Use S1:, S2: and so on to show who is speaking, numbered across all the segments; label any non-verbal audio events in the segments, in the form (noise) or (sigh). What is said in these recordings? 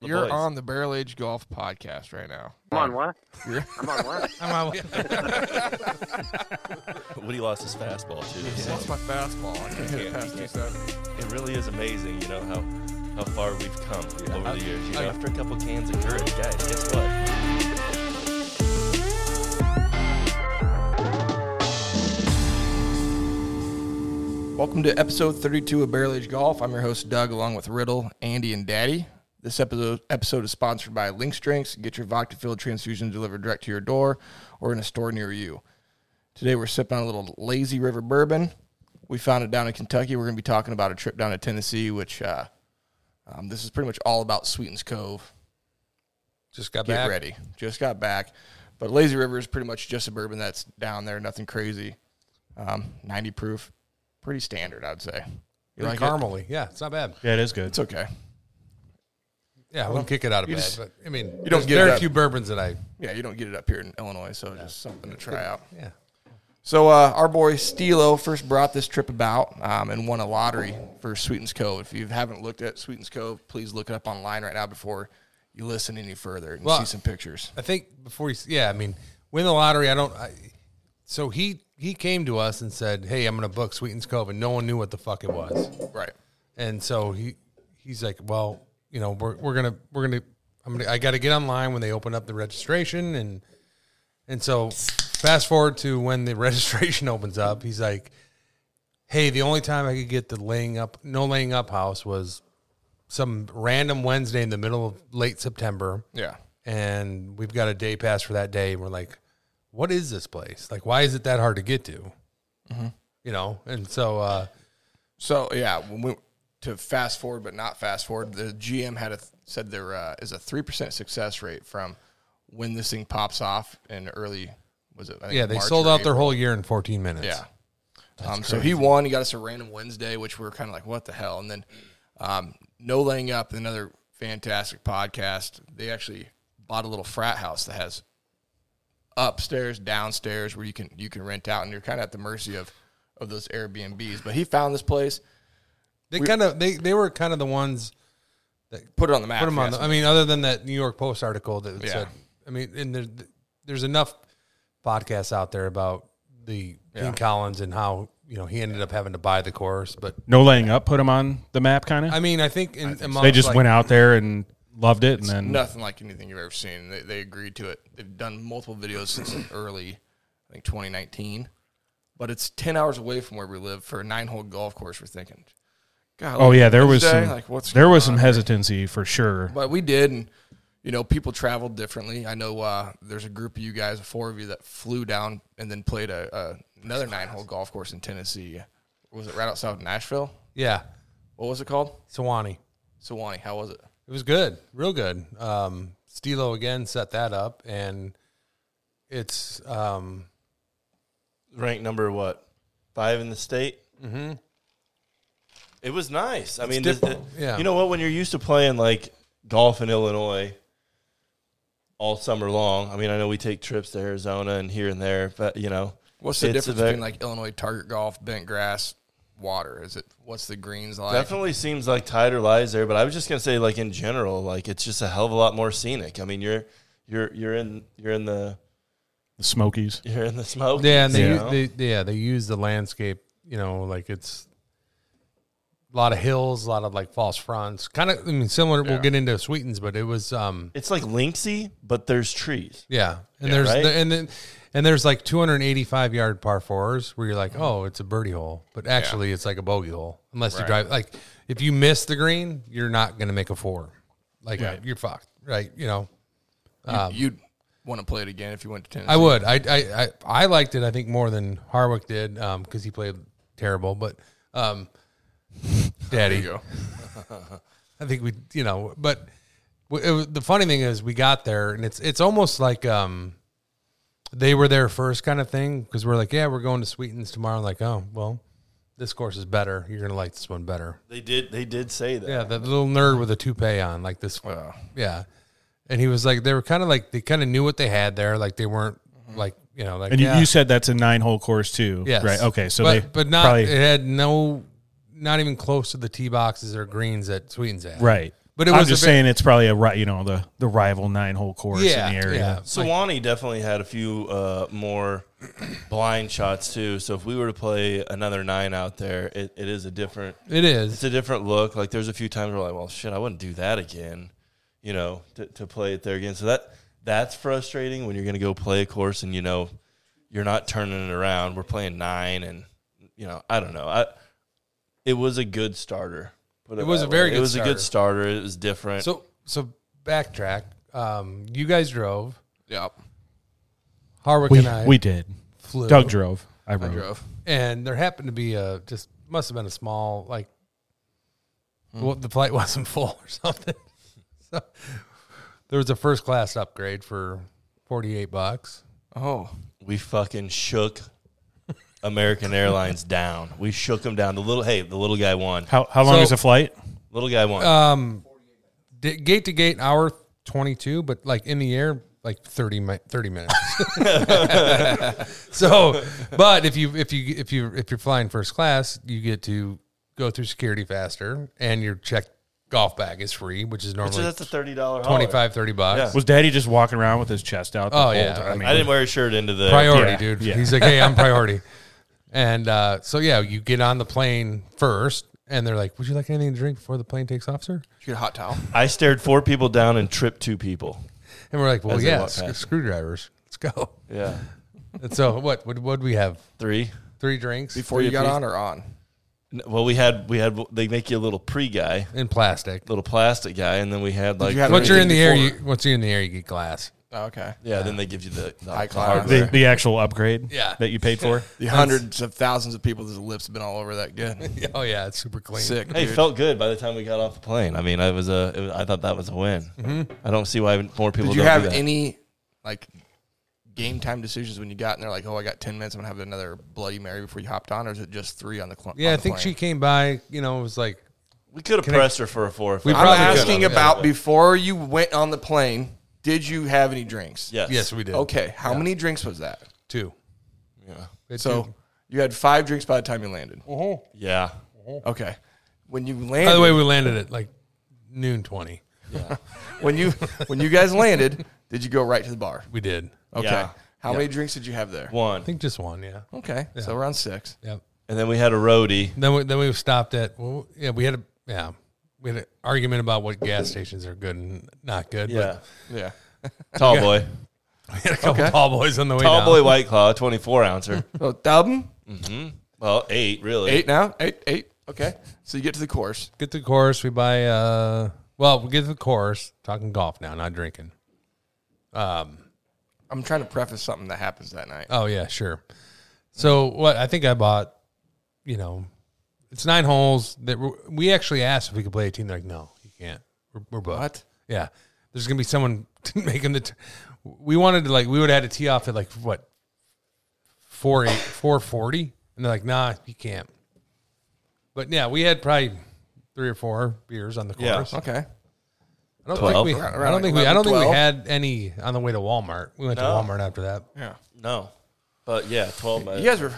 S1: The
S2: You're
S1: boys.
S2: on the Barrel Age Golf podcast right now.
S3: I'm on what?
S2: You're-
S3: I'm on what?
S4: I'm on-
S1: Woody lost his fastball too. so
S2: Lost my fastball. I can't hit it past 270.
S1: It really is amazing, you know how how far we've come over
S2: I-
S1: the years. You know,
S2: I-
S1: after a couple cans of courage, guys, guess what?
S2: Welcome to episode 32 of Barrel Age Golf. I'm your host, Doug, along with Riddle, Andy, and Daddy. This episode, episode is sponsored by Lynx Drinks. Get your vodka filled transfusion delivered direct to your door or in a store near you. Today, we're sipping on a little Lazy River bourbon. We found it down in Kentucky. We're going to be talking about a trip down to Tennessee, which uh, um, this is pretty much all about Sweetens Cove.
S4: Just got
S2: get
S4: back.
S2: ready. Just got back. But Lazy River is pretty much just a bourbon that's down there, nothing crazy. Um, 90 proof, pretty standard, I'd say. You
S4: Pretty
S2: like it?
S4: caramely. Yeah, it's not bad.
S5: Yeah, it is good.
S2: It's okay.
S4: Yeah, I wouldn't kick it out of
S2: you
S4: bed.
S2: just-
S4: but I mean, you
S2: don't
S4: don't
S2: get
S4: get very
S2: that-
S4: few bourbons that I.
S2: Yeah, you don't get it up here in Illinois, so just something to try out.
S4: Yeah,
S2: So uh, our boy Stilo first brought this trip about um, and won a lottery for Sweetens Cove. If you haven't looked at Sweetens Cove, please look it up online right now before you listen any further and
S4: Well,
S2: see some pictures.
S4: I think before you. s- Yeah, I mean, win the lottery. I don't. I, so he he came to us and said, "Hey, I'm going to book Sweetens Cove," and no one knew what the fuck it was.
S2: Right.
S4: And so he he's like, well, you know, we're we're gonna we're gonna I'm gonna I got to get online when they open up the registration and and so fast forward to when the (laughs) registration opens up, he's like, hey, the only time I could get the laying up no laying up house was some random Wednesday in the middle of late September
S2: Yeah.
S4: and we've got a day pass for that day. And we're like, what is this place? Like, why is it that hard to get to? You know, and so uh,
S2: So yeah, when we, to fast forward but not fast forward, the GM had a, said there uh, is a three percent success rate from when this thing pops off in early. Was it? I think
S4: yeah, they
S2: March
S4: sold
S2: or
S4: out their
S2: April.
S4: whole year in 14 minutes.
S2: Yeah. Um, so he won. He got us a random Wednesday, which we were kind of like, what the hell? And then um, No Laying Up, another fantastic podcast. They actually bought a little frat house that has upstairs, downstairs, where you can you can rent out, and you're kind of at the mercy of of those Airbnbs. But he found this place,
S4: They kind of they they were kind of the ones
S2: put it on the map.
S4: put them
S2: if you
S4: on.
S2: ask
S4: The,
S2: me.
S4: I mean, other than that New York Post article that
S2: Yeah.
S4: said, I mean, and there, there's enough podcasts out there about the Dean Collins and how you know he ended up having to buy the course. But
S5: No laying up put them on the map, kind
S4: I
S5: of.
S4: mean, I think, in, amongst,
S5: They just
S4: like-
S5: went out there and loved it, and then
S2: nothing like anything you've ever seen. They, they agreed to it. They've done multiple videos since early, I think 2019. But it's 10 hours away from where we live for a nine hole golf course. We're thinking, God,
S5: oh yeah, there was
S2: Wednesday,
S4: eh,
S5: some
S2: like what's
S5: there
S2: going
S5: was some
S2: on?
S5: hesitancy for sure.
S2: But we did, and you know, people traveled differently. I know uh, there's a group of you guys, four of you, that flew down and then played a, a another nine hole golf course in Tennessee. Was it right outside of Nashville?
S4: yeah,
S2: What was it called?
S4: Sewanee.
S2: Sewanee. How was it?
S4: It was good, real good. Um, Stilo again set that up, and it's um,
S1: Ranked number what? Five in the state. Mm-hmm. It was nice. I mean,
S4: diff-
S1: the- the-
S4: yeah.
S1: you know what? When you're used to playing like golf in Illinois all summer long, I mean, I know we take trips to Arizona and here and there, but you know,
S2: What's the
S1: it's
S2: difference
S1: about-
S2: between like Illinois target golf, bent grass, water? Is it what's the greens like?
S1: Definitely seems like tighter lies there, but I was just gonna say, like in general, like it's just a hell of a lot more scenic. I mean, you're you're you're in you're in the (laughs)
S5: The Smokies.
S1: you're in the smoke.
S4: Yeah, and they,
S1: you
S4: u-
S1: know?
S4: they, yeah they use the landscape. You know, like it's a lot of hills, a lot of like false fronts. Kind of, I mean, similar. We'll get into Sweetens, but it was, um,
S1: it's like linksy, but there's trees.
S4: yeah. And there's
S1: right?
S4: the, and then and there's like 285 yard par fours where you're like, oh, it's a birdie hole, but actually it's like a bogey hole unless you drive. Like if you miss the green, you're not gonna make a four. Like you're fucked, right? You know.
S2: You'd want to play it again if you went to Tennessee.
S4: I would. I, I I I liked it. I think more than Harwick did because he played terrible. But um, Daddy,
S2: go.
S4: (laughs) I think we you know. But w- it was, the funny thing is, we got there and it's it's almost like um, they were there first kind of thing because we're like, yeah, we're going to Sweetens tomorrow. like, oh well, this course is better. You're gonna like this one better.
S1: They did they did say that.
S4: Yeah, that little nerd with a toupee on, like this. Yeah, and he was like, they were kind of like they kind of knew what they had there. Like they weren't like you know like
S5: And you,
S4: yeah.
S5: you said that's a nine hole course too,
S4: Yes.
S5: right? Okay, so
S4: but,
S5: they
S4: but not
S5: probably-
S4: it had no not even close to the tee boxes or greens that Sweden's at.
S5: right.
S4: But it
S5: I'm
S4: was
S5: just
S4: a very-
S5: saying it's probably a ri- you know the the rival nine hole course
S4: Yeah,
S5: in the area.
S4: yeah.
S1: Sewanee definitely had a few uh, more blind shots too. So if we were to play another nine out there, it, it is a different
S4: It
S1: it's
S4: is.
S1: a different look. Like there's a few times where like, well, shit, I wouldn't do that again, you know, to, to play it there again. So that that's frustrating when you're going to go play a course and you know you're not turning it around. We're playing nine, and you know, I don't know. I it was a good starter. Put
S4: It was
S1: that
S4: a very
S1: way.
S4: good
S1: It was a good starter. It was different.
S4: So so backtrack. Um, you guys drove.
S2: Yep.
S4: Harwick
S5: We
S4: and I
S5: we did.
S4: flew.
S5: Doug drove. I rode.
S2: I drove.
S4: and there happened to be a just must have been a small like well, the flight (laughs) wasn't full or something. (laughs) so there was a first class upgrade for forty eight bucks.
S2: Oh.
S1: we fucking shook American Airlines
S4: (laughs)
S1: down. We shook them down. The little hey, the little guy won.
S5: How how long
S4: So-
S5: is the flight?
S1: Little guy won.
S4: Um, di- gate to gate hour twenty two, but like in the air like 30, mi- 30 minutes. (laughs) so, but if you if you if you if you're flying first class, you get to go through security faster, and your checked golf bag is free, which is
S1: so
S4: normally
S1: that's a thirty dollar
S4: 25 30 bucks.
S1: Yeah.
S5: Was Daddy just walking around with his chest out? The
S4: Oh,
S5: whole
S4: yeah.
S5: time?
S1: I didn't wear a shirt into the
S4: priority,
S5: Yeah,
S4: dude.
S5: yeah.
S4: He's like, hey, I'm priority. and uh, so yeah, you get on the plane first, and they're like, would you like anything to drink before the plane takes off, sir?
S2: Did you get a hot towel?
S1: I stared four people down and tripped two people.
S4: And we're like, well,
S1: As they
S4: yeah,
S1: walk
S4: sc-
S1: past.
S4: screwdrivers. Let's go.
S1: Yeah.
S4: And so what? What would we have?
S1: Three.
S4: Three drinks
S2: (laughs) Before you got on or on?
S1: N- Well, we had we had they make you a little pre guy,
S4: in plastic.
S1: little plastic guy, and then we had like
S2: you have
S4: Once
S2: Everything
S4: you're in the air, you
S2: before.
S4: once you're in the air, you get glass.
S2: Oh, okay.
S1: yeah. Then they give you the, the
S2: High
S1: the
S2: class.
S1: hardware.
S5: The, the actual upgrade
S4: Yeah.
S5: that you paid for.
S2: The hundreds of thousands of people whose lips have been all over that (laughs) good.
S4: Oh yeah, it's super clean.
S2: Sick.
S1: Hey,
S2: dude.
S1: felt good by the time we got off the plane. I mean, I was a, it was, I thought that was a win. I don't see why more people.
S2: Mm-hmm. Did you
S1: don't
S2: have
S1: do that.
S2: any like game time decisions when you got in there? Like, oh, I got ten minutes. I'm gonna have another Bloody Mary before you hopped on, or is it just three on the cl-
S4: Yeah,
S2: on
S4: I
S2: the
S4: think she
S2: plane?
S4: came by. You know, it was like
S1: We could have
S4: I-
S1: pressed her for a four. or five.
S2: I'm
S4: probably could
S2: asking
S4: have, yeah.
S2: about before you went on the plane. Did you have any drinks?
S1: yes.
S4: yes, we did.
S2: Okay. How many drinks was that?
S4: two.
S1: Yeah.
S4: We had
S2: So
S4: two.
S2: you had five drinks by the time you landed.
S1: Yeah.
S2: Okay. When you
S4: by
S2: landed,
S4: the way, we landed at like noon twenty.
S2: when you when you guys landed, (laughs) did you go right to the bar?
S4: We did.
S2: Okay.
S1: Yeah.
S2: How many drinks did you have there?
S1: One.
S4: I think just one. Yeah.
S2: Okay. So we're on six.
S4: Yep.
S1: And then we had a roadie.
S4: Then we then we stopped at well yeah we had a yeah we had an argument about what gas stations are good and not good.
S1: Yeah.
S2: Yeah.
S1: Tall boy.
S4: But (laughs) we had a couple
S2: Okay.
S4: tall boys on the way.
S1: Tall
S4: down.
S1: boy White Claw, 24 ouncer.
S2: So Dalton,
S1: well, eight, really.
S2: Oh, eight now, eight, eight. Okay. So you get to the course.
S4: Get to the course. We buy uh well we get to the course. Talking golf now, not drinking.
S2: I'm trying to preface something that happens that night.
S4: Oh yeah, sure. So what I think I bought, you know, it's nine holes that we we actually asked if we could play 18. They're like, no, you can't. We're, we're booked.
S2: What?
S4: Yeah, there's gonna be someone (laughs) making the. T- we wanted to like we would have had to tee off at like what four eight four forty, and they're like, nah, you can't. But yeah, we had probably three or four beers on the
S1: Yeah.
S4: course.
S2: Okay.
S4: I don't
S1: Twelve.
S4: think we.
S2: Around-
S4: I don't
S2: around
S4: think we. I don't
S2: 11,
S4: think we
S2: 12.
S4: had any on the way to Walmart. We went to
S1: No.
S4: Walmart after that.
S2: Yeah.
S1: No. But yeah, 12
S4: uh,
S1: by
S2: You guys were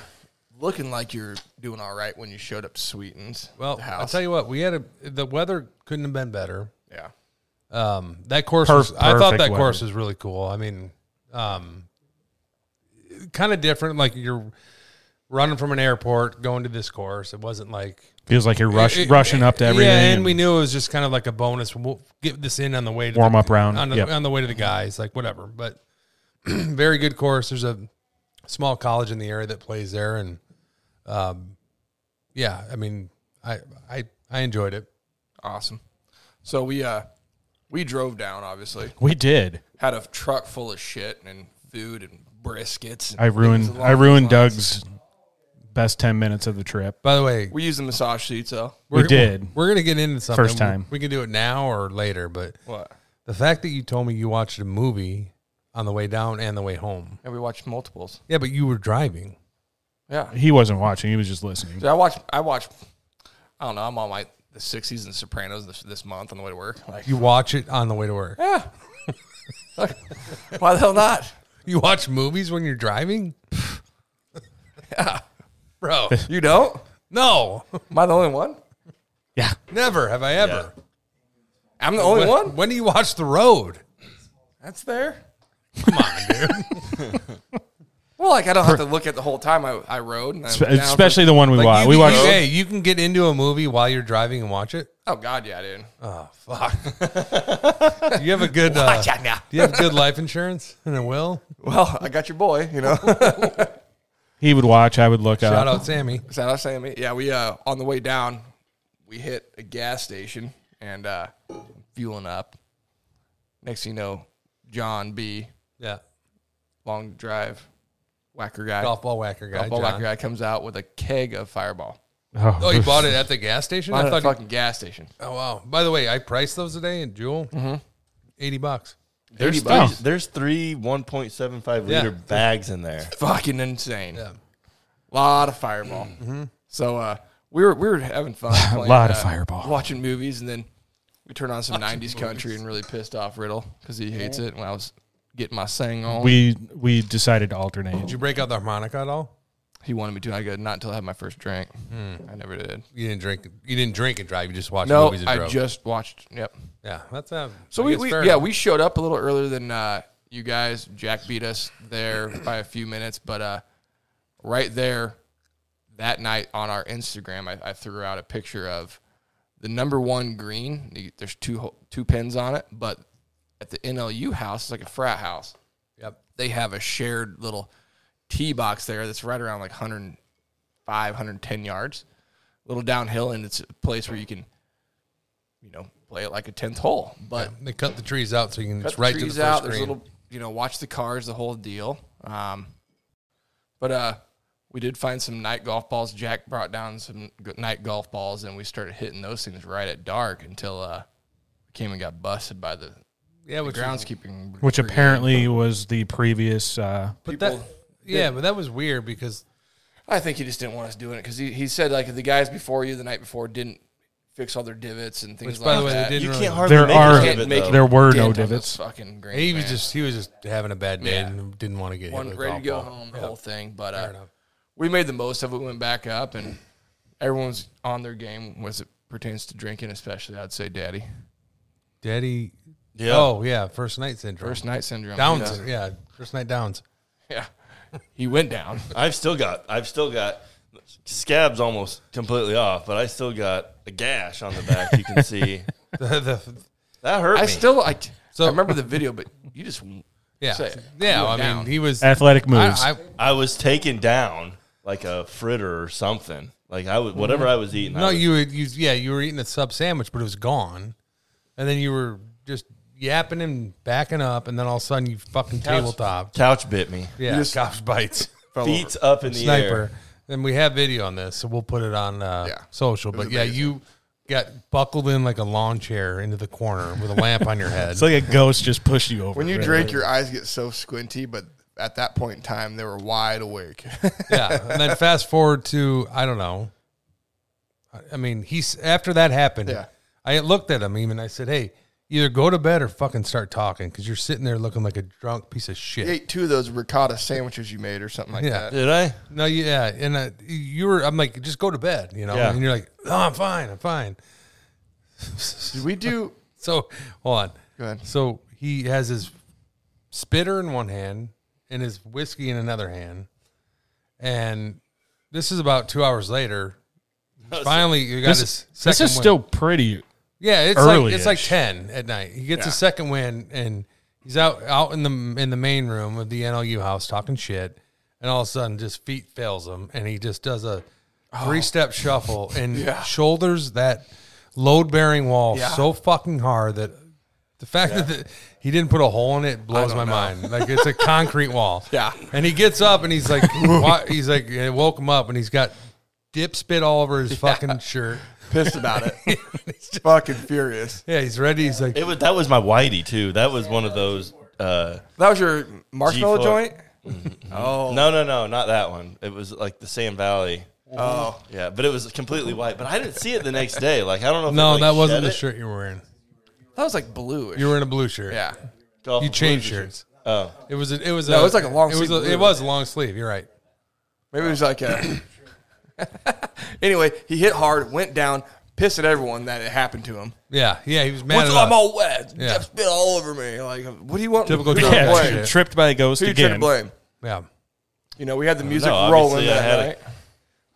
S2: looking like you're doing all right when you showed up to Sweetens.
S4: Well,
S2: the
S4: I'll
S2: house.
S4: tell you what, we had a the weather couldn't have been better.
S2: Yeah.
S4: Um, that course,
S5: Per-
S4: was, I thought
S5: perfect
S4: that
S5: weather.
S4: course was really cool. I mean, um, kind of different. Like you're running from an airport going to this course. It wasn't like
S5: Feels like you're rush,
S4: It- it-
S5: rushing up to everything.
S4: Yeah, and we knew it was just kind of like a bonus. We'll get this in on the way to the-
S5: Warm up round,
S4: on the,
S5: yep.
S4: on the way to the guys, like whatever. But (clears throat) very good course. There's a small college in the area that plays there, and um, yeah, I mean, I I I enjoyed it.
S2: Awesome. So we uh we drove down obviously.
S5: we did.
S2: Had a truck full of shit and food and briskets. And
S5: I
S2: things
S5: ruined
S2: along
S5: I ruined
S2: those lines.
S5: Doug's best ten minutes of the trip.
S4: By the way,
S2: We used the massage seats though.
S5: We
S4: we're-
S5: did.
S4: We're gonna get into something.
S5: First time.
S4: We, we can do it now or later, but
S2: What?
S4: the fact that you told me you watched a movie on the way down and the way home.
S2: And we watched multiples.
S4: Yeah, but you were driving.
S2: Yeah.
S5: He wasn't watching; he was just listening.
S2: Dude, I watch. I watch. I don't know. I'm on my the six season Sopranos this, this month on the way to work. Like,
S4: You watch it on the way to work.
S2: (laughs) why the hell not?
S4: You watch movies when you're driving? (laughs) yeah.
S5: (laughs)
S4: Bro.
S2: You don't?
S4: No.
S2: Am I the only one?
S5: Yeah,
S4: Never have I ever.
S2: I'm the only
S4: When-
S2: one.
S4: When do you watch The Road?
S2: That's there.
S4: Come on, dude.
S5: (laughs)
S2: Well, like I don't have to look at the whole time I, I rode. And I
S5: Spe-
S2: went down for-
S5: especially the one we
S4: Like,
S5: watched.
S4: you
S5: We
S4: can-
S5: watched.
S4: Hey, you can get into a movie while you're driving and watch it.
S2: oh god, yeah, dude.
S4: Oh fuck. do you have a
S5: (laughs)
S4: good? Uh,
S2: Watch out now.
S4: do you have good life insurance (laughs) and a will?
S2: Well, I got your boy. You know,
S5: He would watch. I would look
S4: Shout
S5: up.
S4: out Sammy.
S2: Is that us, Sammy? Yeah, we uh on the way down, we hit a gas station and uh fueling up. Next thing you know, John B,
S4: Yeah,
S2: long drive, whacker guy,
S4: golf ball whacker guy.
S2: golf ball
S4: John.
S2: whacker guy comes out with a keg of Fireball.
S5: Oh,
S4: Oh, you bought it at the gas station?
S2: Out
S4: I
S2: of the
S4: thought.
S2: fucking gas station.
S4: Oh wow. By the way, I priced those today in Jewel.
S2: Mm-hmm.
S4: Eighty bucks.
S1: There's
S2: 80
S1: three,
S5: bucks.
S1: there's three 1.75 liter
S4: Yeah.
S1: bags in there.
S2: Fucking insane.
S4: Yeah. Mm-hmm.
S2: lot of
S4: (clears throat)
S2: Fireball. So uh, we were we were having
S4: (laughs)
S2: fun. playing,
S5: lot of
S2: uh,
S5: Fireball.
S2: Watching movies, and then we turned on some '90s country and really pissed off Riddle because he hates it. When I was getting my sang on,
S5: We we decided to alternate.
S4: Did you break out the harmonica at all?
S2: he wanted me to. And I go, not until I had my first drink.
S4: Hmm.
S2: I never did.
S4: You didn't drink. You didn't drink and drive. You just watched
S2: No,
S4: movies and
S2: I
S4: drove.
S2: just watched. Yep.
S4: yeah, that's uh,
S2: So
S4: I
S2: we,
S4: guess
S2: we
S4: fair
S2: yeah
S4: enough.
S2: we showed up a little earlier than uh, you guys. Jack beat us there by a few minutes, but uh, right there that night on our Instagram, I, I threw out a picture of the number one green. You- There's two ho- two pins on it, but at the NLU house, it's like a frat house.
S4: Yep.
S2: They have a shared little tee box there that's right around like 105, 110 yards, little downhill, and it's a place where you can, you know, play it like a tenth hole, but
S4: They cut the trees out so you can.
S2: cut
S4: it's right
S2: the
S4: to the
S2: trees
S4: first
S2: out. There's
S4: green.
S2: little, you know, watch the cars, the whole deal. Um, but uh, we did find some night golf balls. Jack brought down some g- night golf balls, and we started hitting those things right at dark until uh, we came and got busted by the,
S4: yeah,
S2: the
S4: which is-
S2: groundskeeping.
S5: Which
S2: brigade.
S5: apparently was the previous. Uh,
S4: But
S2: people-
S4: that, yeah, but that was weird because
S2: I think he just didn't want us doing it because he, he said like the guys before you the night before didn't fix all their divots and things
S4: Which,
S2: like
S4: by the way, they
S2: that.
S4: didn't
S1: You
S4: really-
S1: can't hardly
S5: There
S1: make
S5: are-
S1: it out
S2: Can't
S1: of it,
S2: make
S1: though.
S2: it
S5: there were no
S2: Dent on those
S5: divots.
S2: Fucking green.
S4: he was
S2: man.
S4: just he was just having a bad day
S2: Yeah.
S4: and didn't want to get hit
S2: one
S4: with a
S2: ready to
S4: golf
S2: go
S4: ball.
S2: home, the whole thing. But
S4: Fair
S2: uh,
S4: enough.
S2: we made the most of it. We went back up, and everyone's on their game as it pertains to drinking, especially. I'd say, Daddy, (laughs)
S4: Daddy.
S1: Yeah.
S4: Oh yeah, first night syndrome.
S2: first night syndrome.
S4: downs.
S2: Yeah.
S4: Yeah, first night downs.
S2: Yeah. he went down.
S1: I've still got I've still got scabs almost completely off, but I still got a gash on the back. You can see
S4: (laughs) The- the-
S1: that hurt.
S2: I
S1: me.
S2: still like.
S4: So-
S2: I remember the video, (laughs) but you just
S4: yeah,
S2: Say it.
S4: yeah.
S2: You
S4: I
S2: went
S4: mean,
S2: down.
S4: he was. I,
S5: athletic moves.
S4: I,
S1: I was taken down like a fritter or something. Like I was whatever I was eating. I
S4: no,
S1: was-
S4: you would. You yeah, you were eating a sub sandwich, but it was gone, and then you were just yapping and backing up, and then all of a sudden you fucking
S2: (laughs)
S4: tabletopped.
S1: couch bit me.
S4: Yeah, cops bites.
S1: Feet up in the
S4: sniper.
S1: air.
S4: And we have video on this, so we'll put it on uh,
S2: Yeah.
S4: social. But yeah, you got buckled in like a lawn chair into the corner with a
S2: (laughs)
S4: lamp on your head.
S5: it's like a ghost just pushed you over. really.
S2: your eyes get so squinty, but at that point in time, they were wide awake. (laughs)
S4: yeah, and then fast forward to I don't know. I- I mean, he's after that happened.
S2: Yeah.
S4: I looked at him even. I said, "Hey, either go to bed or fucking start talking because you're sitting there looking like a drunk piece of shit."
S2: ate two of those ricotta sandwiches you made, or something like
S4: Yeah.
S1: Did I?
S4: No, yeah, and uh, you were. I'm like, just go to bed, you know.
S1: Yeah.
S4: And you're like, "No, I'm fine. I'm fine."
S2: Did we do?
S4: So hold on.
S2: Go ahead.
S4: So he has his spitter in one hand and his whiskey in another hand, and this is about two hours later. Finally, you got his
S5: This,
S4: second.
S5: this is
S4: win.
S5: still pretty.
S4: yeah. It's like it's like
S5: early-ish.
S4: ten at night. He gets his second win, and he's out out in the in the main room of the NLU house talking shit, and all of a sudden, just feet fails him, and he just does a
S2: Oh.
S4: three
S2: (laughs)
S4: step shuffle and shoulders that load bearing wall
S2: Yeah.
S4: so fucking hard that the fact that the, he didn't put a hole in it blows my mind. Like it's a concrete wall.
S2: (laughs) Yeah.
S4: And he gets up
S2: (laughs)
S4: and he's like, wa- he's like, it woke him up and he's got dip spit all
S2: (laughs)
S4: over his fucking shirt.
S2: Pissed about (laughs) it. Fucking furious.
S4: Yeah, he's ready. He's like,
S1: It was that was my whitey too. That was one of those uh
S2: That was your marshmallow
S1: G4.
S2: joint. Oh,
S1: no no no, not that one. It was like the Sand Valley.
S2: oh,
S1: Yeah, but it was completely white. But I didn't see it the next day. Like I don't know if it,
S4: no,
S1: like,
S4: that wasn't
S1: shed
S4: the
S1: it.
S4: shirt you were wearing.
S2: that was like blue.
S4: You were in a blue shirt.
S2: yeah,
S1: Golf
S4: You
S1: blue
S4: changed
S1: shirt.
S4: shirts.
S1: Oh.
S4: It was a, it was
S2: No, it was like a long
S4: it was
S2: sleeve
S4: a-
S2: blue.
S4: it was a long sleeve. You're right.
S2: (laughs) maybe it was like a. anyway, he hit hard, went down, pissed at everyone that it happened to him.
S4: Yeah, yeah, he was mad
S2: What's
S4: at
S2: I'm
S4: us.
S2: all wet.
S4: uh, Yeah.
S2: Jeff spit all over me. Like, what do you want?
S4: Typical
S2: who do you
S4: Trump
S2: want to
S4: shit.
S2: blame?
S5: (laughs) Yeah, tripped by a ghost
S2: Who you trying to
S5: again.
S2: blame?
S4: Yeah,
S2: You know, we had the music
S1: know.
S2: rolling
S1: Obviously, I
S2: that
S1: had-
S2: night.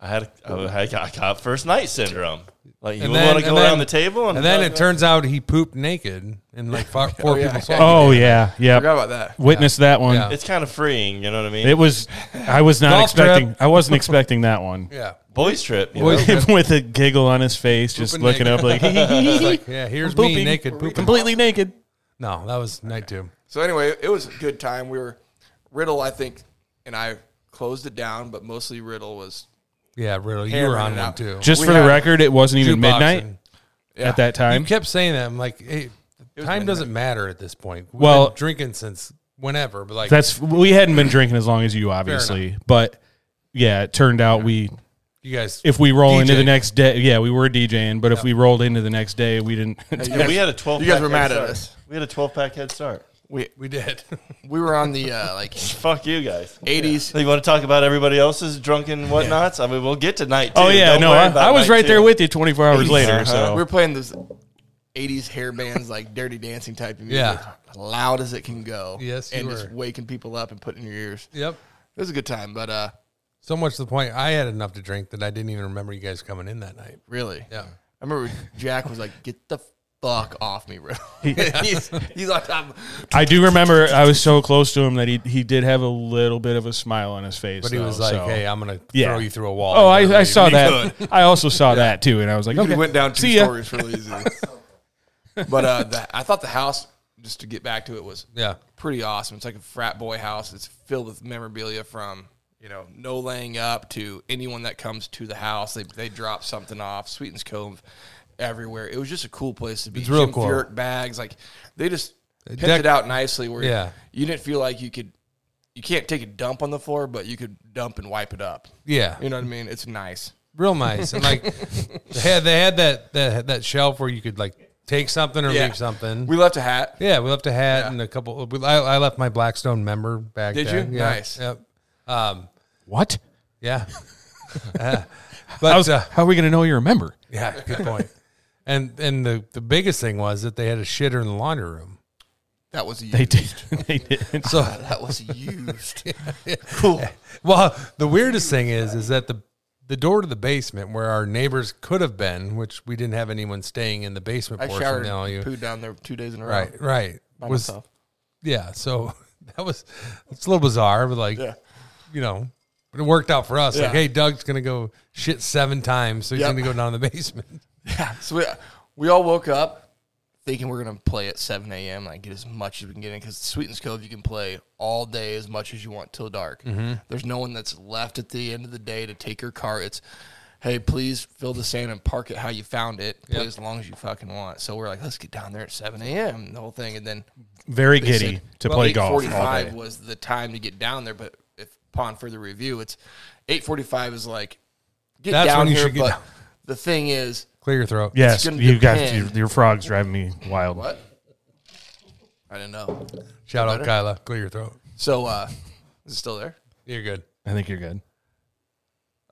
S1: I had I had I got first night syndrome. Like you
S4: And
S1: want
S4: then-
S1: to go
S4: and then-
S1: around the table and,
S4: and then it turns out he pooped naked, and
S2: (laughs)
S4: like four, four
S2: yeah.
S4: people saw. him.
S5: Oh yeah,
S2: Forgot
S5: yeah.
S2: about that.
S5: Witnessed that one.
S4: Yeah.
S1: it's kind of freeing. You know what I mean?
S5: It was. I was not
S4: Golf
S5: expecting.
S4: trip.
S5: I wasn't expecting that one.
S4: Yeah,
S1: boys trip. You
S4: Boys-
S1: know?
S5: Him with a giggle on his face, just
S4: Pooping
S5: looking up (laughs) like,
S4: It's like, yeah. Here's me
S5: pooping.
S4: naked pooping.
S5: completely naked.
S4: No, that was night two.
S2: So anyway, it was a good time. We were Riddle, I think, and I closed it down, but mostly Riddle was
S4: Yeah, really, you
S2: Hammering
S4: were on
S2: it
S4: one
S2: out.
S4: too.
S5: Just
S2: We
S5: for the
S2: had-
S5: record, it wasn't even midnight
S4: Jukeboxing.
S2: Yeah.
S5: at that
S4: You
S5: time.
S4: kept saying that. I'm like, hey,
S2: was
S4: time
S2: midnight.
S4: doesn't matter at this point. We've
S5: Well-
S4: been drinking since whenever, but like,
S5: That's we hadn't been drinking as long as you, obviously, but yeah, it turned out we
S4: you guys,
S5: if we roll into the
S4: DJing.
S5: next day, yeah, we were DJing, but if we rolled into the next day, we didn't. (laughs)
S1: Yeah, we had a twelve.
S2: You guys were mad at us.
S1: We had a twelve pack head start.
S2: we
S4: we did. (laughs)
S2: we were on the uh, like
S1: Fuck you guys.
S2: eighties.
S1: So you want to talk about everybody else's drunken whatnots? I mean, we'll get to night. Two.
S5: oh yeah,
S1: Don't
S5: no,
S1: worry
S5: I,
S1: about
S5: I was
S1: night
S5: right
S1: two.
S5: there with you 24 hours later.
S1: Uh-huh.
S5: So
S2: We were playing those eighties hair bands like dirty dancing type of music.
S4: Yeah.
S2: Loud as it can go.
S4: Yes, you
S2: And just
S4: were.
S2: waking people up and putting in your ears.
S4: yep.
S2: It was a good time, but uh
S4: So much to the point, I had enough to drink that I didn't even remember you guys coming in that night.
S2: really.
S4: Yeah.
S2: I remember Jack was like, Get the fuck off me,
S4: (laughs)
S2: Riddle. (laughs) he's he's on top
S5: I do remember I was so close to him that he he did have a little bit of a smile on his face.
S4: But he
S5: though,
S4: was like,
S5: so-
S4: "Hey, I'm gonna
S5: Yeah.
S4: throw you through a wall."
S5: Oh,
S4: You better
S5: I, I
S4: leave.
S5: saw that. I also saw that too, and I was like,
S2: We
S5: okay,
S2: went down two
S5: see ya.
S2: stories really
S4: (laughs)
S2: easy. but uh, the, I thought the house, just to get back to it, was
S4: Yeah,
S2: pretty awesome. It's like a frat boy house. It's filled with memorabilia from you know no laying up to anyone that comes to the house. They they drop something off. Sweetens Cove, everywhere. It was just a cool place to be.
S4: It's real
S2: Jim
S4: cool.
S2: Furyk bags like they just pimped
S4: Deck-
S2: it out nicely. Where
S4: Yeah.
S2: you didn't feel like you could. You can't take a dump on the floor, but you could dump and wipe it up.
S4: yeah,
S2: You know what I mean? It's nice.
S4: real nice. And
S5: (laughs)
S4: like, they had they had that, that that shelf where you could like take something or
S2: Yeah.
S4: leave something.
S2: We left a hat.
S4: yeah, we left a hat and a couple. we- I, I left my Blackstone member back.
S2: Did
S4: there.
S2: you?
S4: Yeah,
S2: Nice.
S4: Yep. Um,
S5: What? (laughs)
S4: yeah. Yeah. but
S5: I was,
S4: uh,
S5: how are we going to know you're a member?
S4: yeah, good point. And and the the biggest thing was that they had a shitter in the laundry room.
S2: That was a
S5: (laughs) They did. (laughs) They did.
S2: (laughs)
S4: So
S2: That was
S4: (laughs)
S2: used.
S4: cool. Well, the weirdest thing is, is that the the door to the basement where our neighbors could have been, which we didn't have anyone staying in the basement
S2: I
S4: portion.
S2: showered
S4: now
S2: and
S4: you-
S2: pooed down there two days in a row.
S4: right, right.
S2: By
S4: was
S2: myself.
S4: yeah. So (laughs) that was it's a little bizarre, but like
S2: Yeah.
S4: you know, but it worked out for us. Like,
S2: Yeah.
S4: hey, Doug's gonna go shit seven times, so he's
S2: Yep.
S4: gonna go down in the (laughs) basement.
S2: So we, we all woke up thinking we're gonna play at 7 a.m. Like get as much as we can get in because Sweetens Cove you can play all day as much as you want till dark. There's no one that's left at the end of the day to take your car. It's hey, please fill the sand and park it how you found it. Play as long as you fucking want. So we're like, let's get down there at 7 a.m. The whole thing, and then
S5: Very
S2: they
S5: giddy
S2: said,
S5: to
S2: well,
S5: play golf. All
S2: 8:45
S5: day.
S2: was the time to get down there, but if, upon further review, it's 8:45 is like get
S4: That's
S2: down
S4: when you
S2: here.
S4: should get
S2: but
S4: down.
S2: the thing is,
S4: Clear your throat.
S5: Yes,
S2: gonna
S5: you got
S2: depend.
S5: your, your frogs driving me wild.
S2: what? I don't know.
S4: Shout out Kyla. Clear your throat.
S2: So uh, is it still there?
S4: You're good.
S5: I think you're good.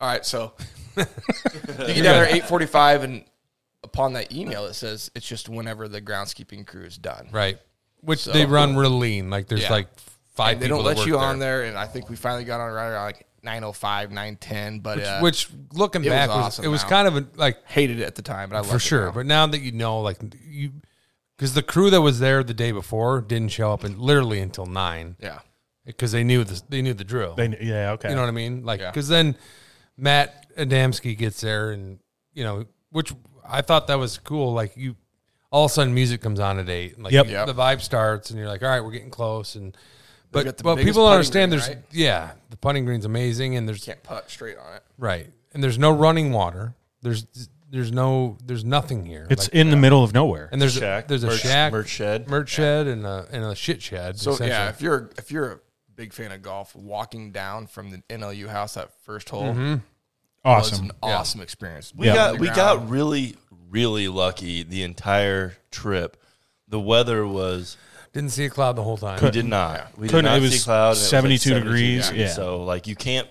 S2: All right, so (laughs) you get down there at 8:45, and upon that email, it says it's just whenever the groundskeeping crew is done.
S4: Right. Which they run real lean. Like there's
S2: Yeah.
S4: like five.
S2: They don't
S4: people
S2: let
S4: that work
S2: you on there, and I think we finally got on around like 9:05, 9:10, but uh,
S4: Which looking
S2: It was
S4: back was,
S2: awesome
S4: it was
S2: now.
S4: kind of a, like
S2: hated it at the time, but I love
S4: for sure. But now that you know, like you, because the crew that was there the day before didn't show up and literally until nine
S2: yeah,
S4: because they knew the they knew the drill.
S5: They, kn- yeah, okay.
S4: you know what I mean? Like
S2: Yeah.
S4: because then Matt Adamski gets there and you know which I thought that was cool. Like you, all of a sudden music comes on at eight. and, Like
S5: Yep.
S4: you-
S2: Yep.
S4: the vibe starts and you're like, all right, we're getting close. And but
S2: got the
S4: but
S2: biggest
S4: people don't
S2: putting
S4: understand.
S2: green,
S4: there's
S2: right?
S4: yeah, the putting green's amazing and there's
S2: can't putt straight on it.
S4: right and there's no running water. There's there's no there's nothing here.
S5: it's
S4: Like,
S5: in the middle of nowhere.
S4: and there's
S1: Shack,
S4: a, there's a
S1: merch-
S4: shack
S1: merch shed.
S4: merch shed and a and a shit shed.
S2: So
S4: essentially.
S2: yeah, if you're if you're a big fan of golf, walking down from the NLU house that first hole
S4: Mm-hmm.
S2: was
S5: awesome.
S2: an awesome experience.
S1: We got we got really really lucky the entire trip. The weather was
S4: didn't see a cloud the whole time.
S1: we did not we did
S5: Couldn't-
S1: not
S5: it was
S1: see cloud. and
S5: 72
S1: like
S5: degrees, yeah.
S1: So like you can't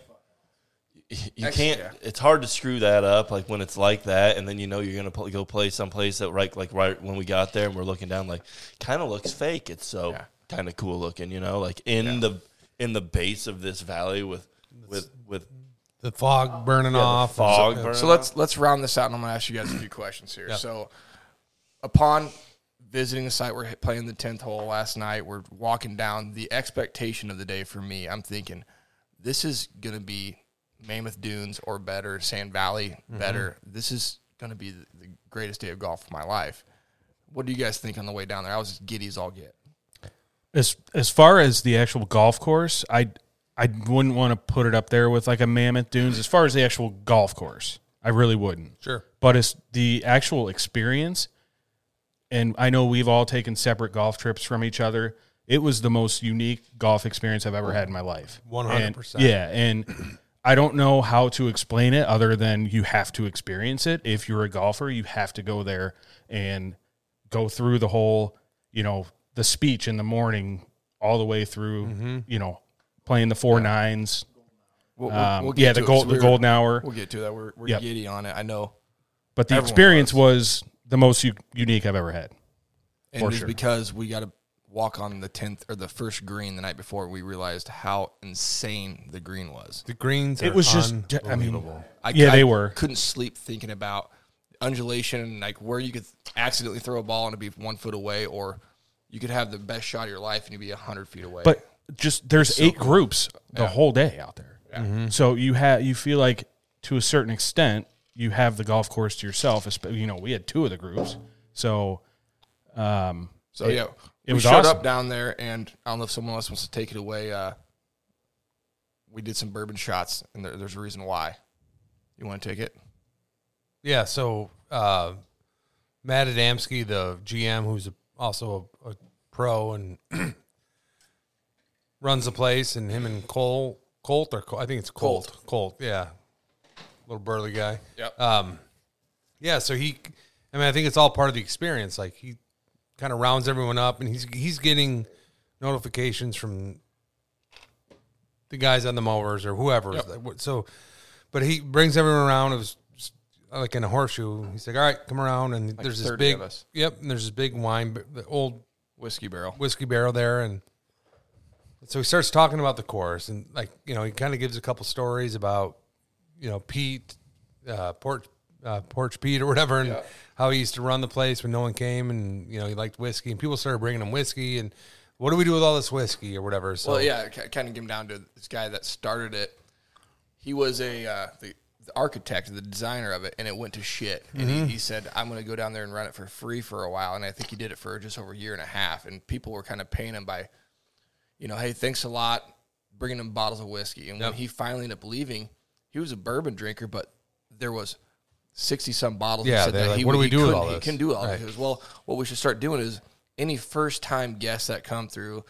S1: you
S2: Ex-
S1: can't.
S2: yeah.
S1: It's hard to screw that up, like when it's like that, and then you know you're gonna pl- go play someplace that right, like right when we got there, and we're looking down, like kind of looks fake. It's so
S2: Yeah.
S1: kind of cool looking, you know, like in the in the base of this valley with with with
S4: The fog burning
S1: the
S4: off.
S1: fog. burning
S2: So
S1: off.
S2: let's let's round this out, and I'm going to ask you guys a few questions here. So, upon visiting the site, we're hit- playing the tenth hole last night. We're walking down. The expectation of the day for me, I'm thinking, this is going to be Mammoth Dunes or better, Sand Valley
S5: Mm-hmm.
S2: better. This is going to be the, the greatest day of golf of my life. What do you guys think on the way down there? I was as giddy as all get.
S5: as as far as the actual golf course, I I wouldn't want to put it up there with like a Mammoth Dunes. As far as the actual golf course, I really wouldn't.
S4: Sure.
S5: But it's the actual experience, and I know we've all taken separate golf trips from each other. It was the most unique golf experience I've ever had in my life.
S4: 100%.
S5: And- Yeah, and (clears throat) I don't know how to explain it other than you have to experience it. If you're a golfer, you have to go there and go through the whole, you know, the speech in the morning all the way through, you know, playing the four nines.
S2: Mm-hmm. We'll, we'll-
S5: Um,
S2: we'll
S5: yeah, the
S2: to it.
S5: gold,
S2: So
S5: the
S2: we're-
S5: golden hour.
S2: We'll get to that. We're, we're
S5: Yep.
S2: giddy on it. I know.
S5: But the
S2: Everyone
S5: experience was the most u- unique I've ever had.
S2: and
S5: For
S2: it was
S5: sure.
S2: because we got to walk on the tenth or the first green the night before. We realized how insane the green was.
S4: The greens.
S5: It
S4: are
S5: was just, I mean,
S4: unbelievable.
S2: I,
S5: Yeah,
S2: I
S5: they were.
S2: Couldn't sleep thinking about undulation and like where you could accidentally throw a ball and it'd be one foot away, or you could have the best shot of your life and you'd be hundred feet away.
S5: but just there's eight groups the whole day out there. So you have you feel like to a certain extent you have the golf course to yourself. esp- You know, we had two of the groups, so um,
S2: so yeah,
S5: it
S2: we
S5: was
S2: showed
S5: awesome.
S2: up down there, and I don't know if someone else wants to take it away. Uh, we did some bourbon shots, and there, there's a reason why. You want to take it?
S4: Yeah. So uh, Matt Adamski, the GM, who's a, also a, a pro and runs the place, and him and Cole, Colt or Col- I think it's Colt, Colt, yeah, little burly guy.
S2: Yep.
S4: Um, yeah. So he, I mean, I think it's all part of the experience. Like he kind of rounds everyone up, and he's he's getting notifications from the guys on the mowers or whoever. So, but he brings everyone around. It was like in a horseshoe. He's like, "All right, come around." And there's this
S2: 30
S4: big,
S2: of us.
S4: yep. And there's this big wine, ba- the old
S2: Whiskey barrel.
S4: whiskey barrel there, and so he starts talking about the course, and like you know, he kind of gives a couple stories about you know Pete, uh, Porch, uh, Porch Pete or whatever, and how he used to run the place when no one came, and you know he liked whiskey, and people started bringing him whiskey, and what do we do with all this whiskey or whatever? So
S2: Well, yeah, it kind of came down to this guy that started it. He was a uh, the, the architect, the designer of it, and it went to shit. And
S4: Mm-hmm.
S2: he, he said, "I'm going to go down there and run it for free for a while." And I think he did it for just over a year and a half. And people were kind of paying him by, you know, hey, thanks a lot, bringing him bottles of whiskey. And when he finally ended up leaving, he was a bourbon drinker, but there was. Sixty some bottles.
S4: Yeah,
S2: said
S4: they're
S2: that
S4: like,
S2: he-
S4: "What do
S2: he
S4: we do with
S2: couldn't-
S4: all
S2: He
S4: this?"
S2: couldn't do all
S4: Right.
S2: this goes, well, what we should start doing is any first time guests that come through,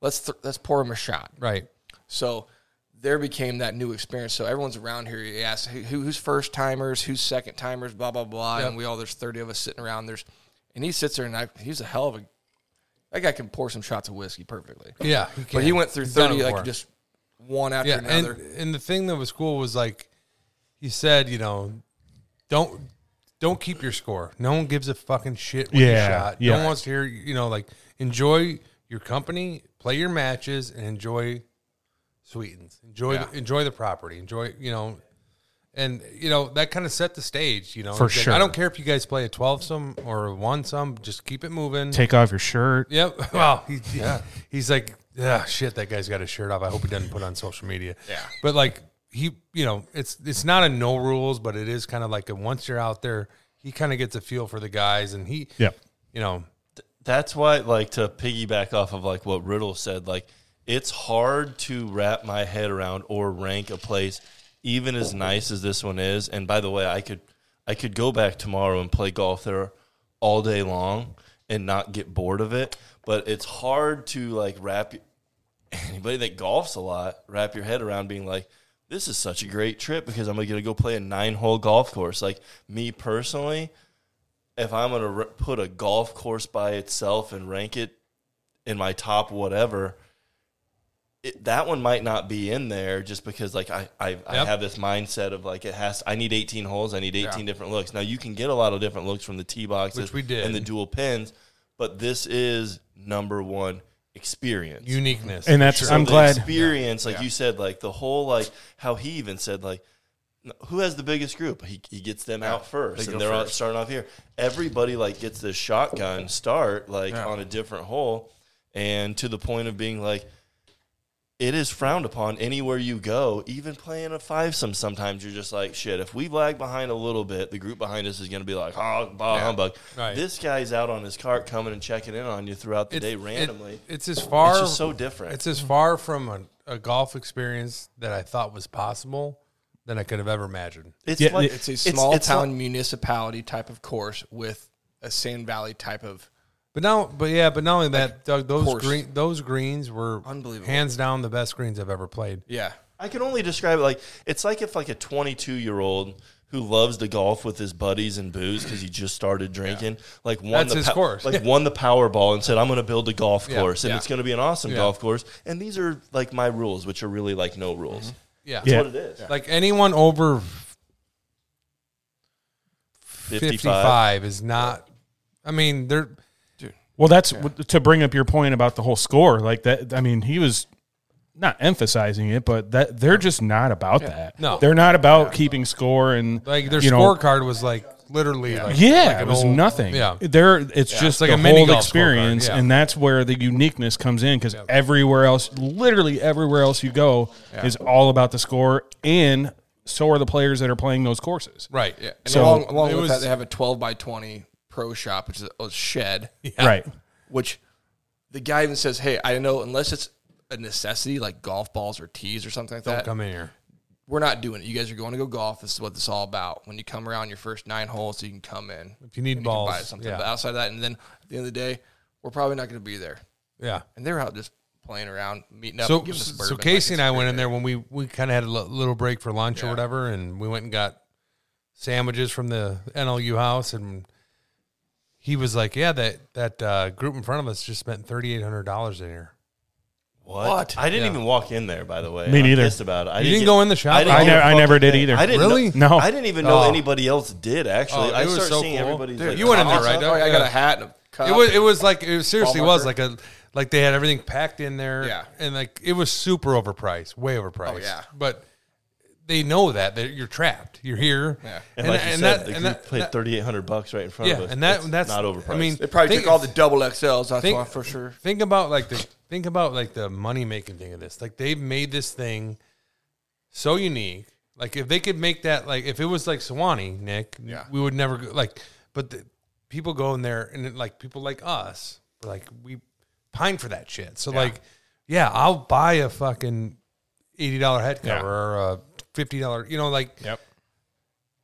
S2: let's th- let's pour them a shot.
S4: right.
S2: So there became that new experience. So everyone's around here. You ask who, who- who's first timers, who's second timers, blah blah blah, and we all there's thirty of us sitting around. There's and he sits there and I, he's a hell of a that guy can pour some shots of whiskey perfectly.
S4: Yeah, he
S2: But he
S4: can.
S2: went through
S4: He's done
S2: thirty
S4: it
S2: like
S4: before.
S2: just one after
S4: yeah,
S2: another.
S4: And, and the thing that was cool was like he said, you know, don't don't keep your score. No one gives a fucking shit when
S5: Yeah,
S4: you shot. No
S5: yeah.
S4: one wants to hear you know, like enjoy your company, play your matches, and enjoy sweetens. Enjoy the, enjoy the property. Enjoy you know and you know that kind of set the stage, you know.
S5: For
S4: He's like,
S5: sure.
S4: I don't care if you guys play a twelve some or a one some, just keep it moving.
S5: take off your shirt.
S4: Yep. (laughs) Well, he, yeah. he's like, yeah, shit, that guy's got his shirt off. I hope he doesn't put it on social media. Yeah. But like he, you know, it's it's not a no rules, but it is kind of like a, once you're out there, he kind of gets a feel for the guys, and he,
S5: Yep.
S4: you know,
S1: that's why like to piggyback off of like what riddle said like it's hard to wrap my head around or rank a place even as nice as this one is and by the way i could i could go back tomorrow and play golf there all day long and not get bored of it but it's hard to like wrap anybody that golfs a lot wrap your head around being like this is such a great trip because i'm gonna go play a nine hole golf course like me personally if I'm going to re- put a golf course by itself and rank it in my top whatever, it, that one might not be in there just because like I I, I
S4: Yep.
S1: have this mindset of like it has I need 18 holes I need 18 different looks now you can get a lot of different looks from the tee boxes
S4: Which we did.
S1: and the dual pins but this is number one experience
S4: uniqueness.
S5: And that's
S1: So
S5: I'm
S1: the
S5: glad.
S1: experience like you said like the whole like how he even said like n- who has the biggest group he, he gets them out first
S2: they
S1: and
S2: go
S1: they're all
S2: first.
S1: starting off here everybody like gets this shotgun start like
S2: Yeah.
S1: on a different hole and to the point of being like it is frowned upon anywhere you go even playing a five some sometimes you're just like shit if we lag behind a little bit the group behind us is going to be like oh bah, humbug
S4: Right.
S1: this guy's out on his cart coming and checking in on you throughout the
S4: It's-
S1: day
S4: it-
S1: randomly
S4: it's as far
S1: it's just so different
S4: It's as far from a, a golf experience that I thought was possible than I could have ever imagined.
S1: It's
S5: Yeah,
S1: like
S2: It's a small
S1: it's
S2: town municipality type of course with a sand valley type of.
S4: But now, but yeah, but not only that, Doug, those
S2: course.
S4: green, those greens were
S2: Unbelievable.
S4: hands down the best greens I've ever played.
S2: Yeah.
S1: I can only describe it like it's like if like a 22 year old who loves to golf with his buddies and booze because he just started drinking, like won
S4: That's
S1: the
S4: his
S1: pow-
S4: course.
S1: like won the Powerball and said, "I'm going to build a golf
S4: Yeah,
S1: course and
S4: yeah.
S1: it's going to be an awesome golf course." And these are like my rules, which are really like no rules.
S4: Mm-hmm. Yeah,
S5: Yeah.
S1: That's what it is.
S4: like anyone over
S1: 55.
S4: 55 is not. I mean, they're
S5: Well, that's to bring up your point about the whole score. Like that, I mean, he was not emphasizing it, but that they're just not about that.
S4: No.
S5: they're not about keeping score and
S4: like their
S5: you know,
S4: scorecard was like literally like
S5: Yeah,
S4: like
S5: it
S4: an
S5: was
S4: old-
S5: nothing.
S4: Yeah,
S5: there. It's just
S4: It's like
S5: the
S4: a mini
S5: whole
S4: golf
S5: experience,
S4: scorecard, yeah.
S5: and that's where the uniqueness comes in because everywhere else, literally everywhere else you go, is all about the score, and so are the players that are playing those courses.
S4: right.
S2: Yeah. And
S5: So,
S2: along, along
S4: it
S2: with
S4: was-
S2: that, they have a 12 by 20 pro shop, which is a shed,
S5: Right.
S2: which the guy even says, Hey, I know unless it's a necessity like golf balls or tees or something like that,
S4: Come in here.
S2: we're not doing it. You guys are going to go golf. This is what this is all about. When you come around your first nine holes, you can come in.
S4: If you need
S2: and
S4: balls,
S2: buy something.
S4: yeah.
S2: But outside of that, and then at the end of the day, we're probably not going to be there.
S4: Yeah.
S2: And they're out just playing around, meeting up.
S4: So,
S2: giving us
S4: so
S2: bourbon,
S4: Casey
S2: like
S4: and I went in there when we we kind of had a li- little break for lunch or whatever, and we went and got sandwiches from the NLU house, and he was like, "Yeah, that that uh, group in front of us just spent thirty eight hundred dollars in here."
S1: What?
S2: What?
S1: I didn't
S4: Yeah.
S1: even walk in there, by the way.
S5: Me
S1: I'm
S5: neither.
S1: pissed about it. I
S4: You didn't go in the shop?
S1: didn't
S4: I
S1: get
S5: ne-
S1: a
S5: I
S1: fucking
S5: never did
S1: thing.
S5: either.
S1: I didn't
S4: Really?
S1: Know,
S5: No.
S1: I didn't even know
S4: Oh.
S1: anybody else did. Actually,
S4: Oh,
S1: I
S4: it was
S1: started
S4: so
S1: seeing
S4: cool.
S1: everybody's.
S4: Dude,
S1: like,
S4: you went in there,
S1: comments
S4: right,
S1: up.
S4: Doug?
S2: Oh, yeah, I got
S4: Yeah.
S2: a hat and a cup.
S4: It was it was like it seriously
S2: Ball
S4: was
S2: marker.
S4: like a like they had everything packed in there,
S2: Yeah. Oh,
S4: and like it was super overpriced, way overpriced.
S2: yeah.
S4: but they know that that you're trapped. You're here,
S2: Yeah.
S1: And, like you said, the
S4: and
S1: group played
S4: that-
S1: thirty eight hundred bucks right in front
S4: yeah,
S1: of us.
S4: and that
S1: It's
S4: that's
S1: not overpriced.
S4: I mean,
S2: They probably
S4: think-
S2: took all the double XLs. That's
S4: think-
S2: why for sure.
S4: Think about like the think about like the money making thing of this. Like they've made this thing so unique. Like if they could make that like if it was like Sewanee, Nick,
S2: Yeah.
S4: we would never go, like. But the, people go in there and it, like people like us, like we pine for that shit. So like, yeah, I'll buy a fucking eighty dollar head cover
S5: Yeah.
S4: or a fifty dollar. You know, like
S5: Yep.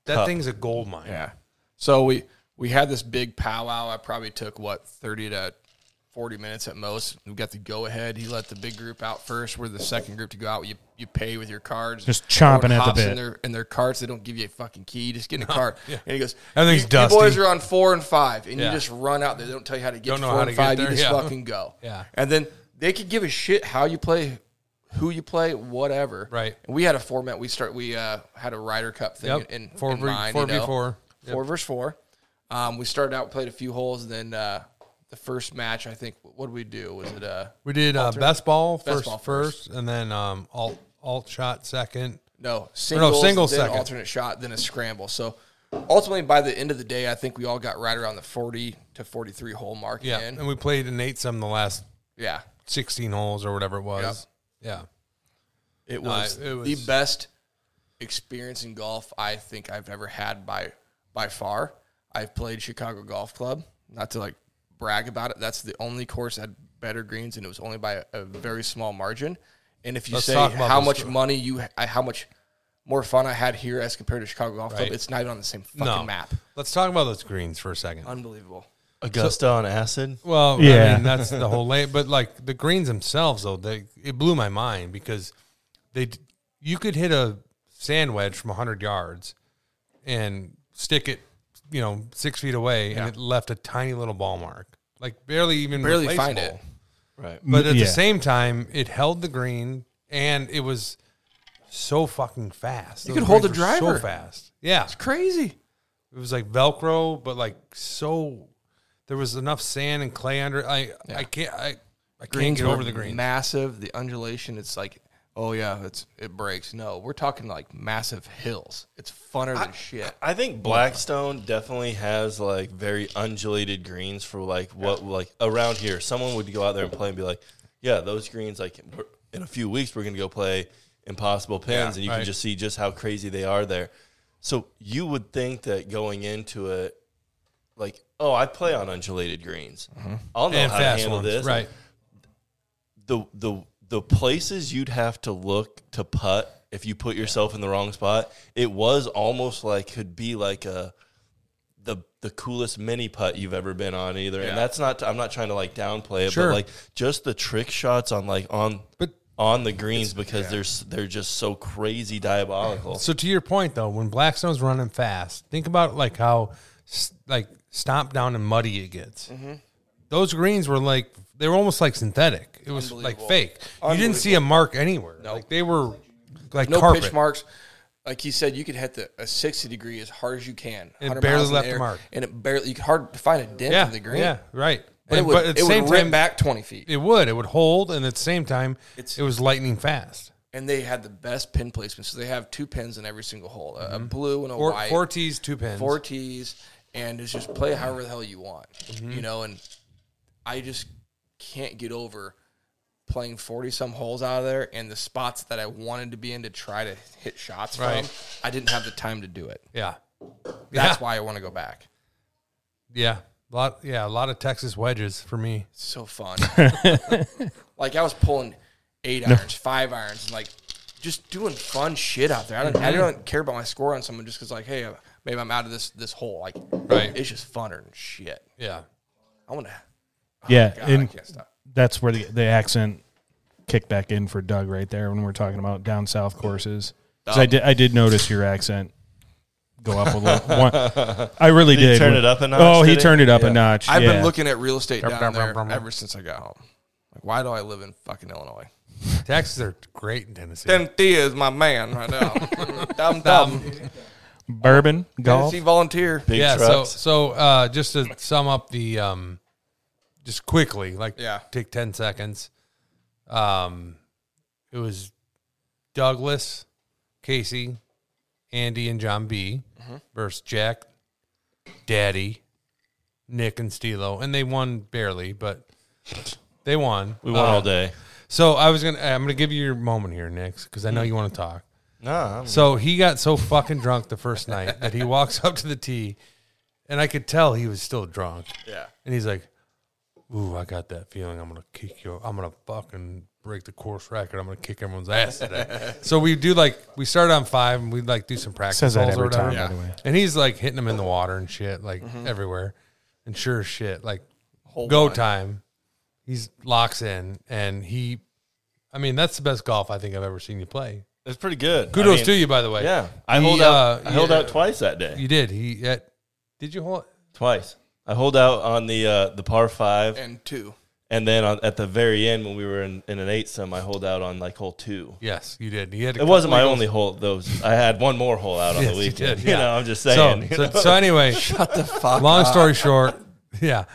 S4: that thing's a gold mine.
S2: Yeah. So we we had this big powwow. I probably took what thirty to forty minutes at most. We got the go ahead. He let the big group out first. We're the second group to go out. You you pay with your cards.
S5: Just
S2: Everyone
S5: chomping at the
S2: hops In
S5: bit.
S2: their, in their carts, they don't give you a fucking key. Just get in a cart. And he goes,
S4: Everything's
S2: you,
S4: dusty."
S2: You boys are on four and five, and
S4: Yeah.
S2: you just run out there. They don't tell you how to get
S4: Don't
S2: to
S4: know
S2: four
S4: how
S2: and
S4: to get
S2: five. You
S4: there.
S2: just
S4: Yeah.
S2: fucking go.
S4: (laughs) Yeah.
S2: And then they could give a shit how you play. Who you play, whatever.
S4: Right.
S2: And we had a format. We start. We uh, had a Ryder Cup thing
S4: Yep.
S2: in, in
S4: Four v-
S2: mind,
S4: four
S2: you
S4: v
S2: know?
S4: four. Yep.
S2: four versus four. Um, we started out, played a few holes, and then uh, the first match. I think what did we do? Was it uh,
S4: We did uh, best ball first,
S2: ball
S4: first, and then um, alt alt shot second.
S2: no
S4: no,
S2: singles,
S4: single
S2: then
S4: second.
S2: alternate shot, then a scramble. So ultimately, by the end of the day, I think we all got right around the forty to forty-three hole mark.
S4: Yeah,
S2: in.
S4: and we played an eight some the last
S2: yeah,
S4: sixteen holes or whatever it was.
S1: it
S4: Yeah,
S1: was
S4: I- it was
S2: the best experience in golf I think I've ever had by by far. I've played Chicago Golf Club. Not to like brag about it, that's the only course that had better greens, and it was only by a, a very small margin. And if you
S4: Let's
S2: say
S4: talk about
S2: how
S4: this
S2: much
S4: though.
S2: money you, I, how much more fun I had here as compared to Chicago Golf Club, it's not even on the same fucking
S4: no
S2: map.
S4: Let's talk about those greens for a second.
S2: Unbelievable.
S1: Augusta on acid.
S4: Well, I
S5: Yeah.
S4: mean, that's the whole lay. But like the greens themselves, though, they it blew my mind because they d- you could hit a sand wedge from hundred yards and stick it, you know, six feet away, and it left a tiny little ball mark, like barely even
S2: Barely find
S4: replaceable.
S1: Right.
S4: But at
S5: Yeah.
S4: the same time, it held the green and it was so fucking fast.
S2: You
S4: Those
S2: could hold
S4: greens
S2: a
S4: were
S2: driver.
S4: so fast. Yeah,
S2: Crazy.
S4: it was like Velcro, but like so. There was enough sand and clay under. I I can't I, I can't get
S2: were
S4: over the green.
S2: Massive. The undulation. It's like, oh yeah, it's it breaks. No, we're talking like massive hills. It's funner than shit.
S1: I think Blackstone definitely has like very undulated greens for like what like around here. Someone would go out there and play and be like, "Yeah, those greens like we're- in a few weeks we're gonna go play impossible pins," and you
S4: right.
S1: can just see just how crazy they are there. So you would think that going into it, like, oh, I play on undulated greens. I'll know
S4: Mm-hmm. and
S1: how to
S4: fast
S1: handle
S4: ones,
S1: this.
S4: right?
S1: the the the places you'd have to look to putt if you put yourself in the wrong spot, it was almost like could be like a the the coolest mini putt you've ever been on either. And that's not I'm not trying to like downplay it,
S4: Sure.
S1: but like just the trick shots on like on
S4: But-
S1: on the greens because they're s- they're just so crazy diabolical.
S4: So to your point though, when Blackstone's running fast, think about like how s- like stomp down and muddy it gets.
S2: Mm-hmm.
S4: Those greens were like they were almost like synthetic. It was like fake. You didn't see a mark anywhere. Like they were like
S2: No
S4: carpet.
S2: pitch marks. Like he said, you could hit the a sixty degree as hard as you can.
S4: It
S2: 100
S4: barely
S2: miles in
S4: left
S2: the
S4: a
S2: air,
S4: mark.
S2: and it barely. You could hard find a dent
S4: Yeah,
S2: in the green.
S4: yeah, right.
S2: and it
S4: And-
S2: would,
S4: but at the
S2: it would
S4: same
S2: rip
S4: time,
S2: back twenty feet.
S4: it would it would hold, and at the same time, it was lightning fast.
S2: and they had the best pin placement. So they have two pins in every single hole, a, a
S4: Mm-hmm.
S2: blue and a
S4: Four,
S2: white,
S4: four tees, two pins.
S2: four tees, and it's just play however the hell you want,
S4: Mm-hmm.
S2: you know. And I just can't get over playing forty some holes out of there, and the spots that I wanted to be in to try to hit shots
S4: Right.
S2: from, I didn't have the time to do it.
S4: Yeah,
S2: That's
S4: Yeah.
S2: why I want to go back.
S4: yeah, a lot. Yeah, a lot of Texas wedges for me.
S2: It's so
S4: (laughs)
S2: fun. (laughs) like I was pulling eight irons, five irons, and like just doing fun shit out there. I
S4: Mm-hmm.
S2: don't, I don't care about my score on someone just because like, hey, maybe I'm out of this this hole. Like,
S4: Right.
S2: It's just funner and shit.
S4: Yeah,
S2: I want to.
S5: yeah,
S2: God, I
S5: and
S2: can't stop.
S5: that's where the, the accent kicked back in for Doug right there when we're talking about down south courses. 'Cause I did I did notice your accent go up a little. One, I really
S1: Did he
S5: did.
S1: turn it up a notch,
S5: Oh, he
S1: did he?
S5: turned it up
S1: Yeah.
S5: a notch.
S2: I've
S5: yeah.
S2: been looking at real estate down
S4: brum,
S2: there
S4: brum, brum.
S2: ever since I got home. Like, why do I live in fucking Illinois?
S4: Texas are great in Tennessee.
S2: Thea is my man right now. Dumb dumb.
S5: bourbon golf.
S2: Tennessee volunteer.
S1: Big
S4: yeah,
S1: trucks.
S4: so so uh, just to sum up the um, just quickly, like
S2: Yeah.
S4: take ten seconds. Um, it was Douglas, Casey, Andy, and John B versus Jack, Daddy, Nick, and Stilo, and they won barely, but they won.
S1: we won
S4: Uh,
S1: all day.
S4: So I was gonna I'm gonna give you your moment here, Nick, because I know you want to talk.
S1: Nah, I'm-
S4: So he got so fucking drunk the first night that he walks (laughs) up to the tee, and I could tell he was still drunk.
S2: Yeah.
S4: And he's like, "Ooh, I got that feeling. I'm gonna kick your. I'm gonna fucking break the course record. I'm gonna kick everyone's ass today." so we do like we start on five, and we like do some practice
S5: Says that
S4: holes or
S5: every time,
S4: whatever.
S5: by the way.
S4: And he's like hitting them in the water and shit, like everywhere. And sure as shit, like go time. He's locks in, and he. I mean, that's the best golf I think I've ever seen you play.
S1: it's pretty good.
S4: Kudos
S1: I mean,
S4: to you, by the way.
S1: Yeah, I
S4: He,
S1: hold out.
S4: uh,
S1: I held
S4: yeah.
S1: out twice that day.
S4: You did. He uh, did you hold?
S1: Twice. I hold out on the uh, the par five, and,
S2: And two.
S1: then on, at the very end when we were in, in an eight some, I hold out on like hole two.
S4: Yes, you did. He had. a
S1: It wasn't my
S4: couple
S1: only hole. Those I had one more hole out on
S4: (laughs) Yes,
S1: the
S4: you
S1: weekend. You,
S4: did, yeah.
S1: know, I'm just
S4: eagles.
S1: saying. you
S4: So,
S1: know?
S4: so, so anyway, shut the fuck. Long story short, (laughs) yeah,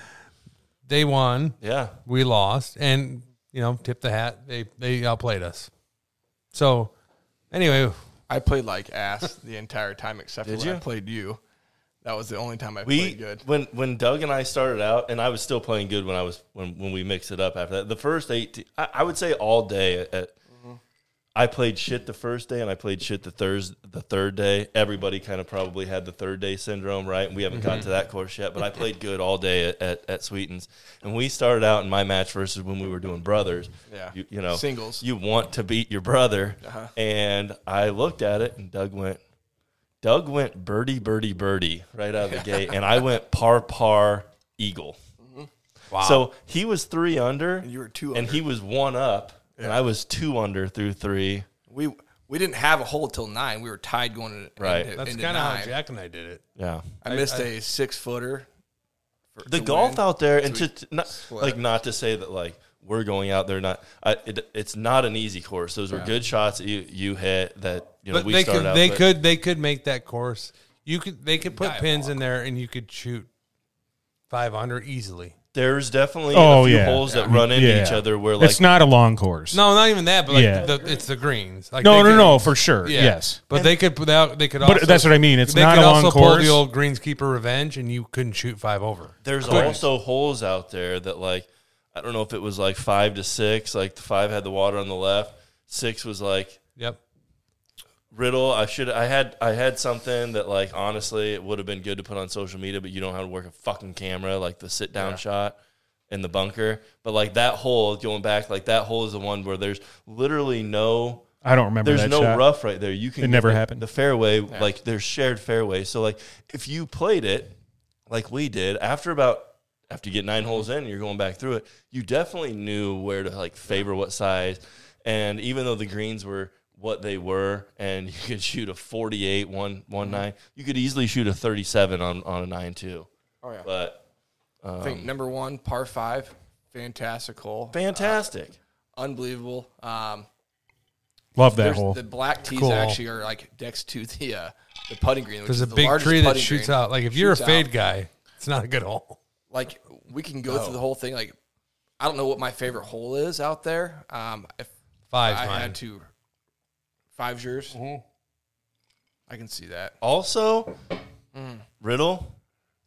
S4: they won.
S1: (laughs) yeah,
S4: We lost, and you know, tip the hat. They they outplayed us. So anyway,
S2: I played like ass the entire time except for
S1: Did
S2: when I
S1: you?
S2: played you. That was the only time I
S1: we
S2: played good.
S1: when when Doug and I started out, and I was still playing good when I was when when we mixed it up after that. The first eight, I, I would say all day. At, I played shit the first day, and I played shit the thurs the third day. Everybody kind of probably had the third day syndrome, right? And we haven't gotten to that course yet, but I played good all day at, at, at Sweetens, and we started out in my match versus when we were doing brothers.
S2: Yeah.
S1: you, you know
S2: Singles. Uh-huh.
S1: You want to beat your brother, and I looked at it, and Doug went. Doug went birdie, birdie, birdie right out of the gate, and I went par, par, eagle.
S4: Mm-hmm. wow.
S1: So he was three under, and
S2: you were two
S1: and
S2: under.
S1: he was one up, and I was two under through three.
S2: We we didn't have a hole till nine. We were tied going into
S1: Right.
S2: Into,
S4: that's
S2: into
S4: kind of how
S2: nine.
S4: Jack and I did it.
S1: Yeah,
S2: I missed a six footer.
S1: the golf out there, and to, to not, like not to say that like We're going out there not. I, it, it's not an easy course. Those were good shots that you you hit that you know
S4: But
S1: we
S4: they
S1: started
S4: could
S1: out.
S4: they
S1: but
S4: could they could make that course. You could they could put pins in there and you could shoot five under easily.
S1: There's definitely
S5: Oh,
S1: a few
S5: yeah.
S1: holes that run into
S5: Yeah.
S1: each other where like
S5: it's not a long course.
S4: No, not even that, but like
S5: Yeah.
S4: the, it's the greens. Like
S5: no,
S4: they
S5: no,
S4: could-
S5: no, for sure. Yes.
S4: But they could put out they could
S5: But
S4: also
S5: that's what I mean. It's
S4: they
S5: not
S4: could
S5: a long
S4: also pull
S5: course.
S4: the old greenskeeper revenge and you couldn't shoot five over.
S1: there's also holes out there that like I don't know if it was like five to six. Like the five had the water on the left. Six was like
S4: Yep.
S1: Riddle, I should I had I had something that like honestly it would have been good to put on social media, but you don't know how to work a fucking camera, like the sit down shot in the bunker. But like that hole going back, like that hole is the one where there's literally no
S5: I don't remember
S1: there's
S5: that
S1: no
S5: shot.
S1: rough right there. You can
S5: It never
S1: the-
S5: happened.
S1: The fairway, like there's shared fairway. So like if you played it like we did, after about after you get nine holes in, you're going back through it. You definitely knew where to like favor what size, and even though the greens were what they were, and (laughs) you could shoot a 48 one one
S2: Mm-hmm.
S1: nine, you could easily shoot a 37 on on a nine two.
S2: Oh, yeah.
S1: But
S2: I think number one, par five, fantastic hole,
S1: fantastic.
S2: unbelievable. Um,
S5: Love that
S2: there's-
S5: hole.
S2: the black tees
S4: Cool.
S2: actually are like next to the uh, the putting green. which
S4: There's
S2: is
S4: a
S2: the
S4: big
S2: largest
S4: tree that
S2: putting
S4: shoots
S2: green.
S4: out. Like if you're a
S2: Shoots
S4: fade
S2: out.
S4: guy, it's not a good hole.
S2: like we can go
S4: Oh.
S2: through the whole thing. Like I don't know what my favorite hole is out there. Um, if
S4: Five's
S2: I
S4: mine. Mm-hmm.
S2: had to, five's yours. I can see that.
S1: Also, Riddle,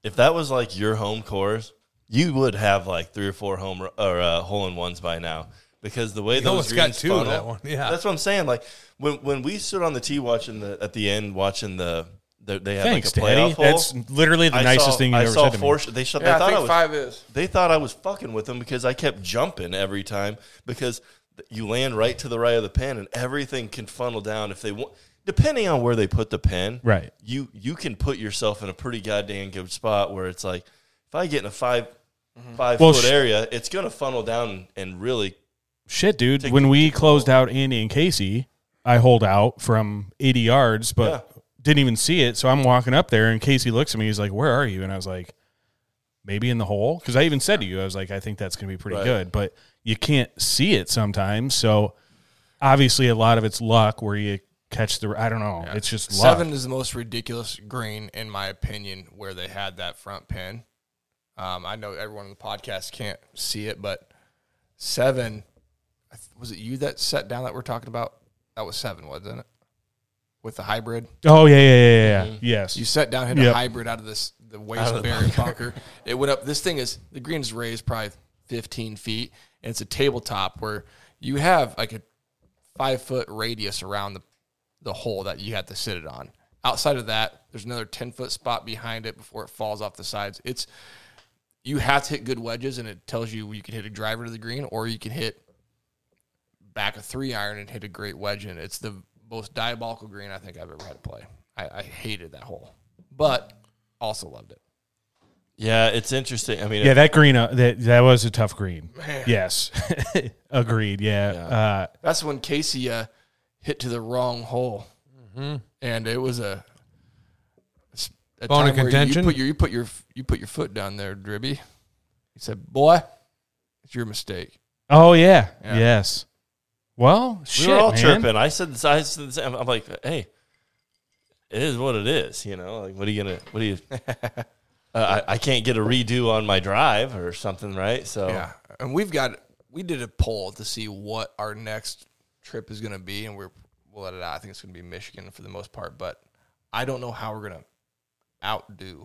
S1: if that was like your home course, you would have like three or four home or uh, hole in ones by now because the way those
S4: it's got
S1: greens
S4: two,
S1: funnel,
S4: that one, yeah.
S1: that's what I'm saying. Like when when we stood on the tee watching the at the end watching the, the they had
S5: Thanks,
S1: like a
S5: Daddy.
S1: playoff hole.
S5: That's literally the
S1: I
S5: nicest
S1: saw-
S5: thing you
S1: I
S5: ever
S1: saw
S5: said to me.
S1: four, They shot.
S2: Yeah,
S1: they
S2: I
S1: thought
S2: think
S1: I was
S2: five is.
S1: they thought I was fucking with them because I kept jumping every time because th- you land right to the right of the pin and everything can funnel down if they want. Depending on where they put the pin,
S5: Right.
S1: You you can put yourself in a pretty goddamn good spot where it's like if I get in a 5 five
S5: Well,
S1: foot
S5: sh-
S1: area, it's gonna funnel down and really
S5: Shit, dude. when we closed out Andy and Casey, I hold out from 80 yards, but didn't even see it. So I'm walking up there, and Casey looks at me. He's like, Where are you? And I was like, Maybe in the hole. Because I even said to you, I was like, I think that's going to be pretty
S1: Right.
S5: good, but you can't see it sometimes. So obviously, a lot of it's luck where you catch the, I don't know. It's just luck.
S2: Seven is the most ridiculous green, in my opinion, where they had that front pin. Um, I know everyone on the podcast can't see it, but seven I th- was it you that set down that we're talking about? That was seven, wasn't it? With the hybrid,
S5: Oh, yeah, yeah, yeah, yeah. yeah. Yes.
S2: you set down hit
S5: Yep.
S2: a hybrid out of this the waste
S1: of the
S2: berry bunker. It went up. This thing is the green is raised probably 15 feet, and it's a tabletop where you have like a five foot radius around the the hole that you have to sit it on. Outside of that, there's another 10 foot spot behind it before it falls off the sides. It's you have to hit good wedges, and it tells you you can hit a driver to the green or you can hit back a three iron and hit a great wedge in. It's the most diabolical green I think I've ever had to play. I, I hated that hole, but also loved it.
S1: yeah. It's interesting. I mean,
S5: Yeah, that green uh, that that was a tough green. Yes, (laughs) agreed. Yeah, Uh,
S2: That's when Casey uh, hit to the wrong hole,
S4: Mm-hmm.
S2: and it was a, a
S4: Bone of
S2: time where
S4: contention?
S2: You put your you put your you put your foot down there, Dribby. He said, "Boy, it's your mistake."
S5: oh yeah,
S2: Yeah.
S5: yes. Well,
S1: we
S5: shit,
S1: were all
S5: man.
S1: chirping. I said, this, I said, this, I'm I'm like, hey, it is what it is. You know, like, what are you gonna, what are you? Uh, I, I can't get a redo on my drive or something, right? So
S2: Yeah, and we've got we did a poll to see what our next trip is going to be, and we're we'll let it out. I think it's going to be Michigan for the most part, but I don't know how we're going to outdo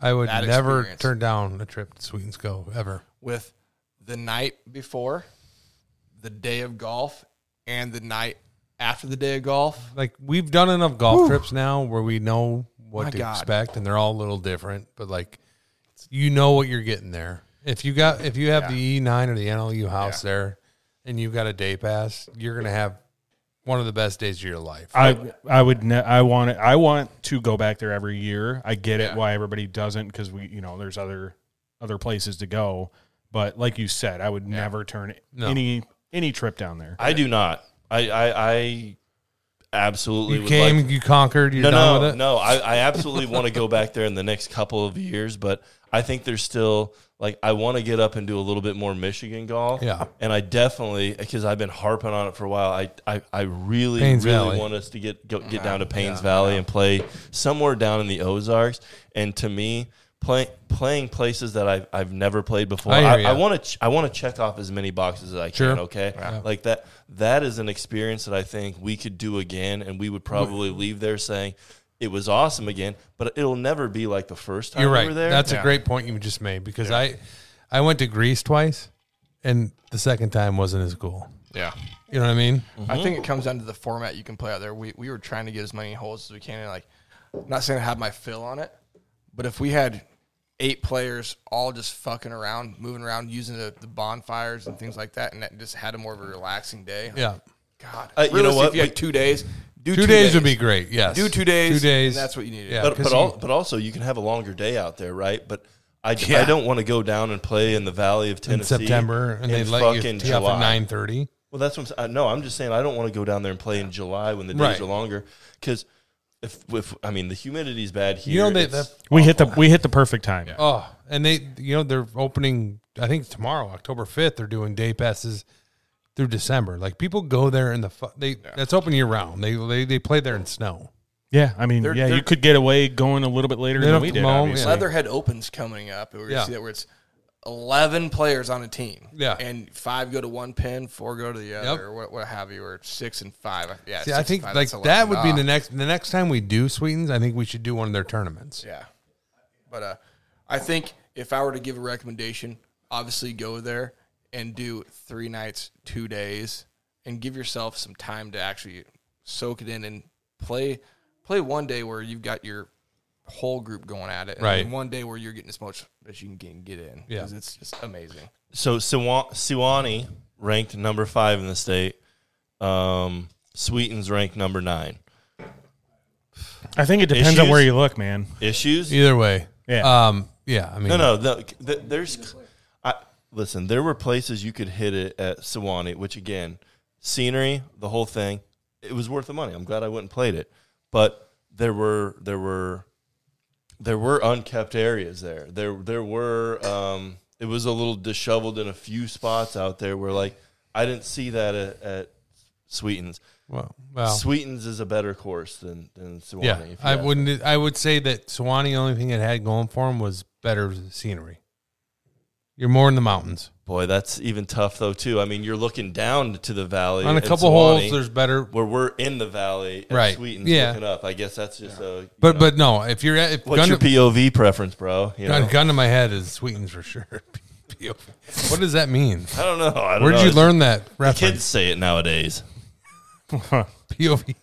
S4: I would
S2: That
S4: never
S2: experience.
S4: turn down a trip to Sweet and Sco ever.
S2: with the night before, the day of golf, and the night after the day of golf.
S4: Like we've done enough golf trips now where we know what
S2: My
S4: to
S2: God.
S4: expect, and they're all a little different. But like, you know what you're getting there. If you got if you have the E nine or the NLU house there, and you've got a day pass, you're gonna have one of the best days of your life.
S5: I I would ne- I want it. I want to go back there every year. I get
S2: Yeah.
S5: it why everybody doesn't because we you know there's other other places to go. But like you said, I would never turn any any trip down there.
S1: I do not. I, I I absolutely
S4: You
S1: would
S4: came,
S1: like
S4: you conquered, you're
S1: no,
S4: done
S1: no,
S4: with it.
S1: no. I, I absolutely want to go back there in the next couple of years, but I think there's still like I want to get up and do a little bit more Michigan golf.
S4: Yeah.
S1: and I definitely because I've been harping on it for a while. I I, I really
S4: Paynes
S1: really
S4: Valley.
S1: want us to get go, get down to Paynes Valley and play somewhere down in the Ozarks. And to me. Play, playing places that I've, I've never played before.
S4: I hear
S1: I,
S4: ya.
S1: I want to ch- I want to check off as many boxes as I
S4: Sure.
S1: can. Okay, like that. That is an experience that I think we could do again, and we would probably leave there saying it was awesome again. But it'll never be like the first time
S4: You're
S1: we
S4: right.
S1: were there.
S4: That's a great point you just made because I, I went to Greece twice, and the second time wasn't as cool.
S2: Yeah.
S4: You know what I mean?
S2: I think
S4: Mm.
S2: it comes down to the format you can play out there. We we were trying to get as many holes as we can. And like, I'm not saying I have my fill on it, but if we had eight players all just fucking around, moving around, using the, the bonfires and things like that, and that just had a more of a relaxing day.
S4: Yeah.
S2: God,
S1: Uh, you know
S2: Realistically,
S1: what?
S2: If you had two days, do
S4: Two, days, would be great. Yes.
S2: Do two days,
S4: Two days.
S2: and that's what you needed.
S4: Yeah.
S1: but
S4: 'cause
S1: but,
S4: you-
S1: al- but also you can have a longer day out there, right? But I, I don't want to go down and play in the Valley of
S4: in
S1: Tennessee
S4: September, and
S1: in
S4: they let
S1: fucking
S4: you tee off at
S1: July.
S4: nine thirty.
S1: Well, that's what I'm saying. No, I'm just saying I don't want to go down there and play in July when the days
S4: Right.
S1: are longer because. If, if, I mean, the humidity's bad here.
S4: You know they,
S1: It's-
S4: that
S5: We hit the we hit the perfect time.
S4: oh, and they you know they're opening. I think tomorrow, October fifth, they're doing day passes through December. Like people go there in the fu- they that's open year round. They they they play there in snow.
S5: Yeah, I mean,
S2: They're-
S5: yeah,
S2: they're-
S5: you could get away going a little bit later
S4: They
S5: than
S4: don't
S5: we
S4: have to
S5: did.
S4: mow,
S5: obviously.
S4: yeah.
S2: Leatherhead Opens coming up. We're gonna
S4: Yeah.
S2: see that where it's eleven players on a team.
S4: Yeah.
S2: and five go to one pin, four go to the other,
S4: Yep.
S2: or what, what have you, or six and five. Yeah,
S4: See,
S2: six
S4: I
S2: and
S4: think
S2: five,
S4: like
S2: that's 11.
S4: that would be
S2: Ah.
S4: the next the next time we do Sweetens. I think we should do one of their tournaments.
S2: Yeah. But uh, I think if I were to give a recommendation, obviously go there and do three nights, two days, and give yourself some time to actually soak it in and play play one day where you've got your whole group going at it. And
S4: Right.
S2: then one day where you're getting as much as you can get, get in.
S4: Yeah.
S2: Because it's just amazing.
S1: so Siwa- Siwani ranked number five in the state. Um, Sweetens ranked number nine.
S5: I think it depends on
S1: Issues?
S5: where you look, man.
S1: Issues?
S4: Either way,
S5: Yeah.
S4: um, yeah. I mean,
S1: No, no. The, the, there's, I, listen. There were places you could hit it at Sewanee, which again, scenery, the whole thing, it was worth the money. I'm glad I went and played it, but there were there were there were unkept areas there. There there were um, it was a little disheveled in a few spots out there where like I didn't see that at, at Sweetens.
S4: Well, well,
S1: Sweetens is a better course than than Sewanee.
S4: Oh. yeah.
S1: if you
S4: I
S1: ask me.
S4: wouldn't. I would say that Sewanee, the only thing it had going for him was better scenery. You're more in the mountains.
S1: Boy, that's even tough though too. I mean, you're looking down to the valley
S4: On a
S1: at Sewanee,
S4: couple holes, there's better.
S1: where we're in the valley, and
S4: Right.
S1: Sweetens
S4: Yeah.
S1: looking up. I guess that's just a. you
S4: But
S1: know.
S4: but no, if you're at, if
S1: what's
S4: gun,
S1: your POV preference, bro? You know?
S4: gun, gun to my head is Sweetens for sure. (laughs) what does that mean?
S1: I don't know. I don't
S4: Where
S1: know.
S4: did you learn that
S1: Kids
S4: reference?
S1: say it nowadays. (laughs)
S4: POV.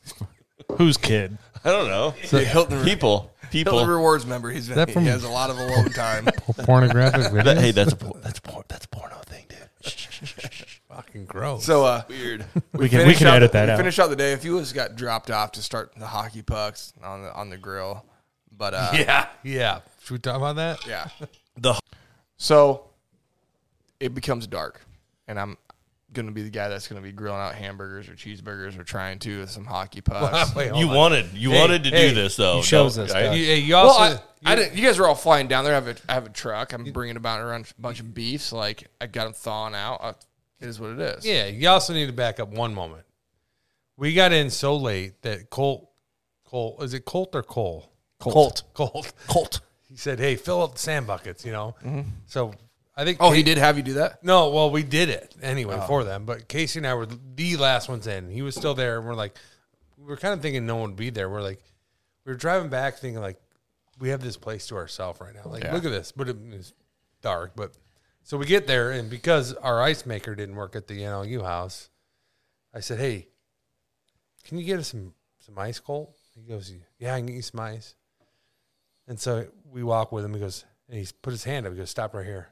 S5: Who's kid?
S1: I don't
S4: (laughs)
S1: know.
S2: Yeah, Hilton,
S1: People,
S2: Hilton
S1: people.
S2: Rewards member. He's been,
S4: that
S2: he
S4: from-
S2: has a lot of alone time.
S4: Pornographic
S1: That-
S4: (laughs) videos.
S1: hey, that's a por- (laughs) that's a por- that's a porno thing, dude.
S4: (laughs) fucking gross.
S2: So uh, (laughs) weird.
S5: We can- we can edit that out.
S2: Finish out the day. A few of us got dropped off to start the hockey pucks on the on the grill, but uh,
S4: yeah, yeah. Should we talk about that?
S2: yeah. (laughs)
S1: The
S2: So it becomes dark, and I'm going to be the guy that's going to be grilling out hamburgers or cheeseburgers or trying to with some hockey pucks. (laughs)
S4: (laughs) Wait,
S1: (laughs)
S4: hold
S1: you
S4: on.
S1: wanted you
S4: Oh Hey,
S1: wanted to
S4: hey,
S1: do this though.
S5: he shows
S1: don't-
S5: us,
S1: right?
S5: Doug.
S4: You, hey, you
S2: well,
S4: also
S2: I, I didn't, you guys are all flying down there. I have a, I have a truck. I'm bringing about around a bunch of beefs. Like I got them thawing out. I, it is what it is.
S4: Yeah, you also need to back up one moment. We got in so late that Colt, Colt, is it Colt or Cole?
S5: Colt.
S4: Colt. Colt. (laughs) He said, hey, fill up the sand buckets, you know? So I think.
S2: Oh, he did have you do that.
S4: No, well, we did it anyway for them, but Casey and I were the last ones in. He was still there, and we're like, we were kind of thinking no one would be there. We're like, we were driving back thinking, like, we have this place to ourselves right now. Like, look at this, but it was dark. But so we get there, and because our ice maker didn't work at the NLU house, I said, hey, can you get us some, some ice cold? He goes, yeah, I can get you some ice. And so we walk with him. He goes, and he's put his hand up. He goes, stop right here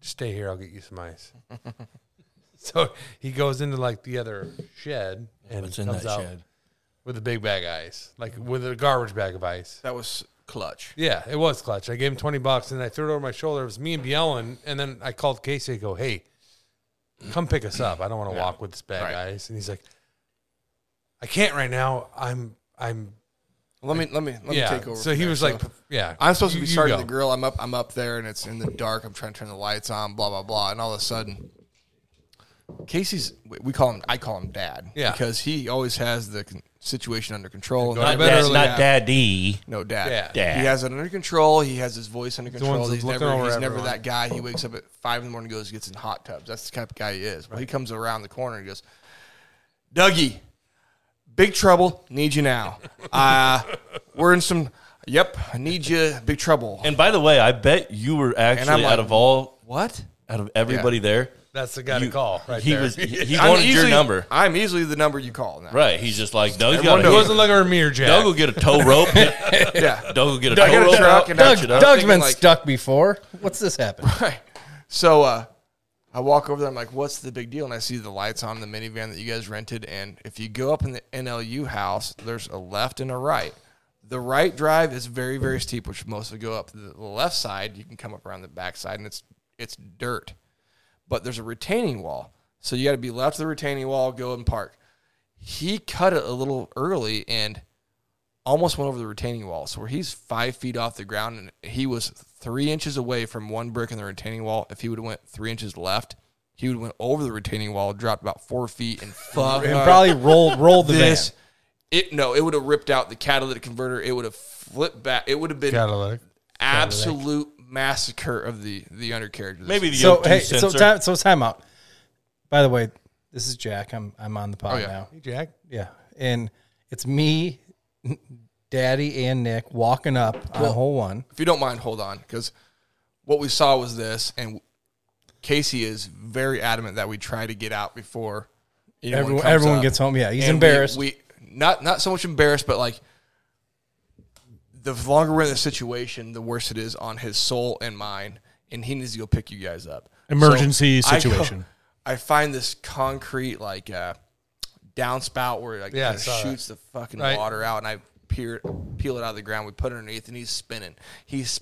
S4: stay here. I'll get you some ice. (laughs) so he goes into like the other shed and
S1: What's in
S4: comes
S1: that
S4: out
S1: shed?
S4: with a big bag of ice, like with a garbage bag of ice.
S2: That was clutch.
S4: Yeah, it was clutch. I gave him twenty bucks and I threw it over my shoulder. It was me and Bjellen, and then I called Casey. I go, hey, come pick us up. I don't want to walk with this bag of ice. And he's like, I can't right now. I'm I'm
S2: Let me let me let
S4: yeah.
S2: me take over.
S4: so
S2: from
S4: he
S2: there.
S4: was like, yeah.
S2: I'm supposed
S4: you-
S2: to be
S4: you
S2: starting
S4: go.
S2: the grill. I'm up. I'm up there, and it's in the dark. I'm trying to turn the lights on. Blah blah blah. And all of a sudden, Casey's. we- We call him. I call him Dad.
S4: Yeah.
S2: because he always has the con- situation under control.
S4: Go to
S2: Not-
S4: bed
S3: That's
S4: early.
S3: not
S4: Yeah.
S3: daddy.
S2: No, Dad.
S4: Dad.
S3: Dad.
S2: He has it under control. He has his voice under control.
S4: ones that
S2: He's
S4: look
S2: never.
S4: over
S2: He's never
S4: everyone.
S2: that guy. He wakes up at five in the morning, goes gets in hot tubs. That's the kind of guy he is. Well, he comes around the corner and goes, Dougie, big trouble. Need you now. Uh, we're in some. Yep, I need you. Big trouble.
S1: And by the way, I bet you were actually
S2: like,
S1: out of all
S2: what?
S1: out of everybody there.
S4: That's the guy
S1: you-
S4: to call right
S1: he
S2: (laughs)
S4: there. (laughs)
S1: was he, he
S2: I'm
S1: wanted your
S2: easily-
S1: number.
S2: I'm easily the number you call now.
S1: Right. He's just like Doug's
S2: Everyone
S1: got
S4: he
S1: a,
S2: knows-
S4: wasn't looking at a mirror jack.
S1: Doug will get a tow rope. Doug (laughs)
S2: Yeah.
S1: will get a
S2: Doug
S1: tow
S2: got a
S1: rope.
S2: truck
S1: out,
S2: and
S1: patch
S2: Doug-
S1: it
S2: Doug-
S1: up.
S6: Doug's
S2: thinking
S6: been
S2: like-
S6: stuck before. What's this happen?
S2: (laughs) Right. So uh, I walk over there. I'm like, "What's the big deal?" And I see the lights on the minivan that you guys rented. And if you go up in the NLU house, there's a left and a right. The right drive is very very steep, which mostly go up. The the left side, you can come up around the back side, and it's it's dirt. But there's a retaining wall, so you got to be left of the retaining wall, go and park. He cut it a little early and almost went over the retaining wall. So where he's five feet off the ground, and he was three inches away from one brick in the retaining wall. If he would have went three inches left, he would have went over the retaining wall, dropped about four feet,
S6: (laughs)
S2: and fuck
S6: And probably rolled rolled the
S2: this.
S6: this.
S2: It no, it would have ripped out the catalytic converter. It would have flipped back. It would have been
S4: catalytic.
S2: absolute massacre of the the undercarriage. of this.
S1: Maybe the
S6: So
S1: yoke
S6: hey,
S1: tube
S6: so
S1: sensor.
S6: time so time out. By the way, this is Jack. I'm I'm on the pod
S2: Oh, yeah.
S6: now.
S4: Hey, Jack.
S6: Yeah, and it's me, Daddy, and Nick walking up on hole one.
S2: if you don't mind, hold on, because what we saw was this, and Casey is very adamant that we try to get out before anyone
S6: Everyone,
S2: comes
S6: everyone
S2: up.
S6: gets home. Yeah, he's
S2: And we-
S6: embarrassed.
S2: We, not not so much embarrassed, but like the longer we're in the situation, the worse it is on his soul and mine, and he needs to go pick you guys up.
S5: Emergency
S2: I go-
S5: situation.
S2: I, find this concrete like uh, downspout where it like
S4: Yeah, I
S2: kinda
S4: saw that.
S2: shoots the fucking
S4: Right.
S2: water out, and I peer peel it out of the ground. We put it underneath, and he's spinning. He's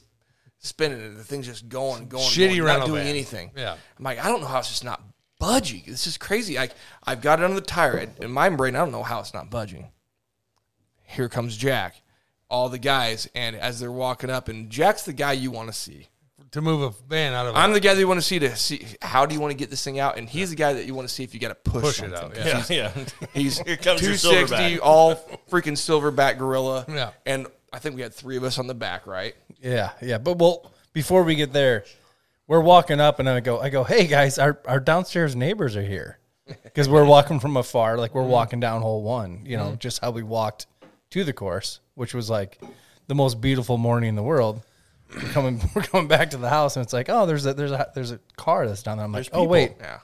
S2: spinning, and the thing's just going, going,
S4: Shitty
S2: going, not
S4: rental
S2: doing
S4: van.
S2: anything.
S4: Yeah.
S2: I'm like, I don't know how it's just not budging. This is crazy. Like I've got it under the tire. In my brain, I don't know how it's not budging. Here comes Jack, all the guys, and as they're walking up, and Jack's the guy you want to see.
S4: To move a van out of a
S2: I'm the guy that you want to see to see how do you want to get this thing out, and he's the guy that you want to see if you got to push,
S4: push it
S2: something.
S4: out.
S1: Yeah, (laughs) yeah.
S2: He's
S1: Here comes your
S2: 260,
S1: silverback.
S2: all freaking silverback gorilla.
S4: Yeah.
S2: and I think we had three of us on the back, right?
S6: yeah, yeah. But well, before we get there, we're walking up, and I go, I go, hey guys, our our downstairs neighbors
S4: (laughs)
S6: are here because we're walking from afar, like we're
S4: Mm-hmm.
S6: walking down hole one. You know, just how we walked to the course, which was like the most beautiful morning in the world. We're coming, (laughs) we're coming back to the house, and it's like, oh, there's a there's a there's a car that's down there. I'm like, oh wait,
S2: Yeah.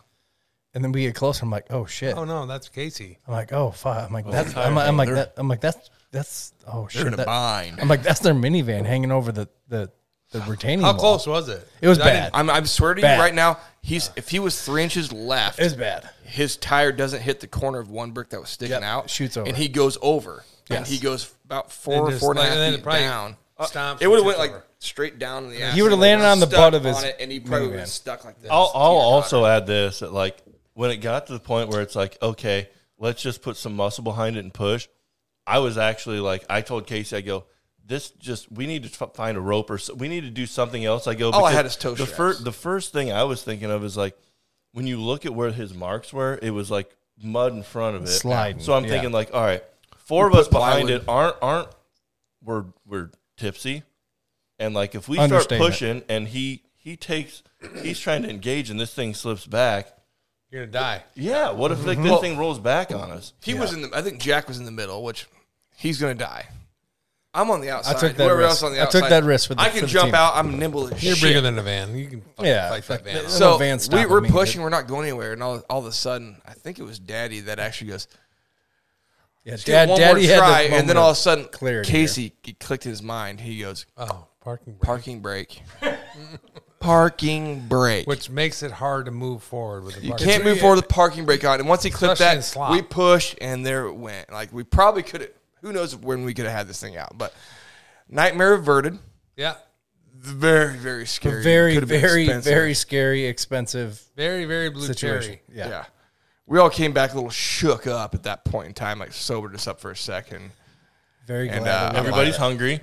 S6: and then we get closer. I'm like, oh shit.
S4: Oh no, that's Casey.
S6: I'm like, oh fuck. I'm like, that's. I'm, I'm like that. I'm like that's that's. Oh shit. that-
S2: bind.
S6: I'm like that's their minivan hanging over the the the retaining.
S4: How
S6: wall.
S4: close was it?
S6: It was
S4: I didn't-
S6: bad.
S2: I'm, I'm swear to you
S6: Bad.
S2: right now, he's if he was three inches left,
S6: It was bad.
S2: his tire doesn't hit the corner of one brick that was sticking
S6: Yep,
S2: out.
S6: shoots over.
S2: and he goes over. And
S6: Yes.
S2: he goes about
S4: And
S2: four,
S4: just
S2: four and a
S4: like-
S2: half
S4: and then it
S2: feet
S4: probably
S2: down. Uh,
S4: stomps
S2: it would have
S4: and
S2: went
S4: tips
S2: like
S4: over.
S2: straight down in the ass.
S6: He would've
S2: and it
S6: landed on the
S2: stuck
S6: butt of his
S2: on it, and he probably would
S6: minivan.
S2: have stuck like this.
S1: I'll,
S2: to
S1: I'll
S2: your
S1: also add this that like when it got to the point where it's like okay let's just put some muscle behind it and push i was actually like i told casey i go this just we need to f- find a rope or so, we need to do something else i go
S2: All Oh, I
S1: because
S2: had is toe
S1: the, fir-
S2: straps.
S1: the first thing i was thinking of is like when you look at where his marks were it was like mud in front of it
S6: Sliding,
S1: so i'm
S6: yeah.
S1: thinking like all right four of us behind
S2: plywood-
S1: it aren't aren't we're we're tipsy and like if we start
S6: Understatement.
S1: pushing and he he takes he's trying to engage and this thing slips back.
S4: You're gonna die.
S1: Yeah, what if like this thing rolls back on us?
S2: He was in the. I think Jack was in the middle, which he's gonna die. I'm on the outside.
S6: took that
S2: Whoever
S6: risk.
S2: else on the
S6: I
S2: outside.
S6: took that risk for the-
S2: I can
S6: for the
S2: jump
S6: team.
S2: out. I'm nimble as
S4: You're
S2: shit.
S4: bigger than a van. You can fucking
S6: Yeah,
S4: fight that
S6: like-
S4: van.
S6: I'm
S2: so
S6: a van
S2: we
S6: stopping
S2: were
S6: me, dude.
S2: pushing. We're not going anywhere, and all, all of a sudden, I think it was Daddy that actually goes,
S6: Yeah,
S2: "Dude,
S6: dad,
S2: one
S6: daddy
S2: more
S6: had
S2: try,"
S6: the
S2: and then
S6: moment
S2: all of
S6: of
S2: a sudden,
S6: clarity here.
S2: Casey it clicked in his mind. He goes,
S4: Oh, parking brake.
S2: "Parking brake, (laughs) parking brake."
S4: Which makes it hard to move forward with the
S2: you
S4: parking.
S2: can't move forward with the parking brake on. And once he clipped
S4: Especially in
S2: that,
S4: slop.
S2: we pushed, and there it went. Like we probably could have. Who knows when we could have had this thing out? But nightmare averted.
S4: Yeah,
S2: Very very scary.
S6: very
S2: Could've been
S6: very
S2: expensive.
S6: very scary, expensive
S4: very very blue
S6: situation.
S4: cherry.
S6: Yeah.
S2: yeah. we all came back a little shook up at that point in time, like sobered us up for a second.
S6: Very
S2: And,
S6: glad.
S2: uh,
S6: that we-
S1: Everybody's hungry.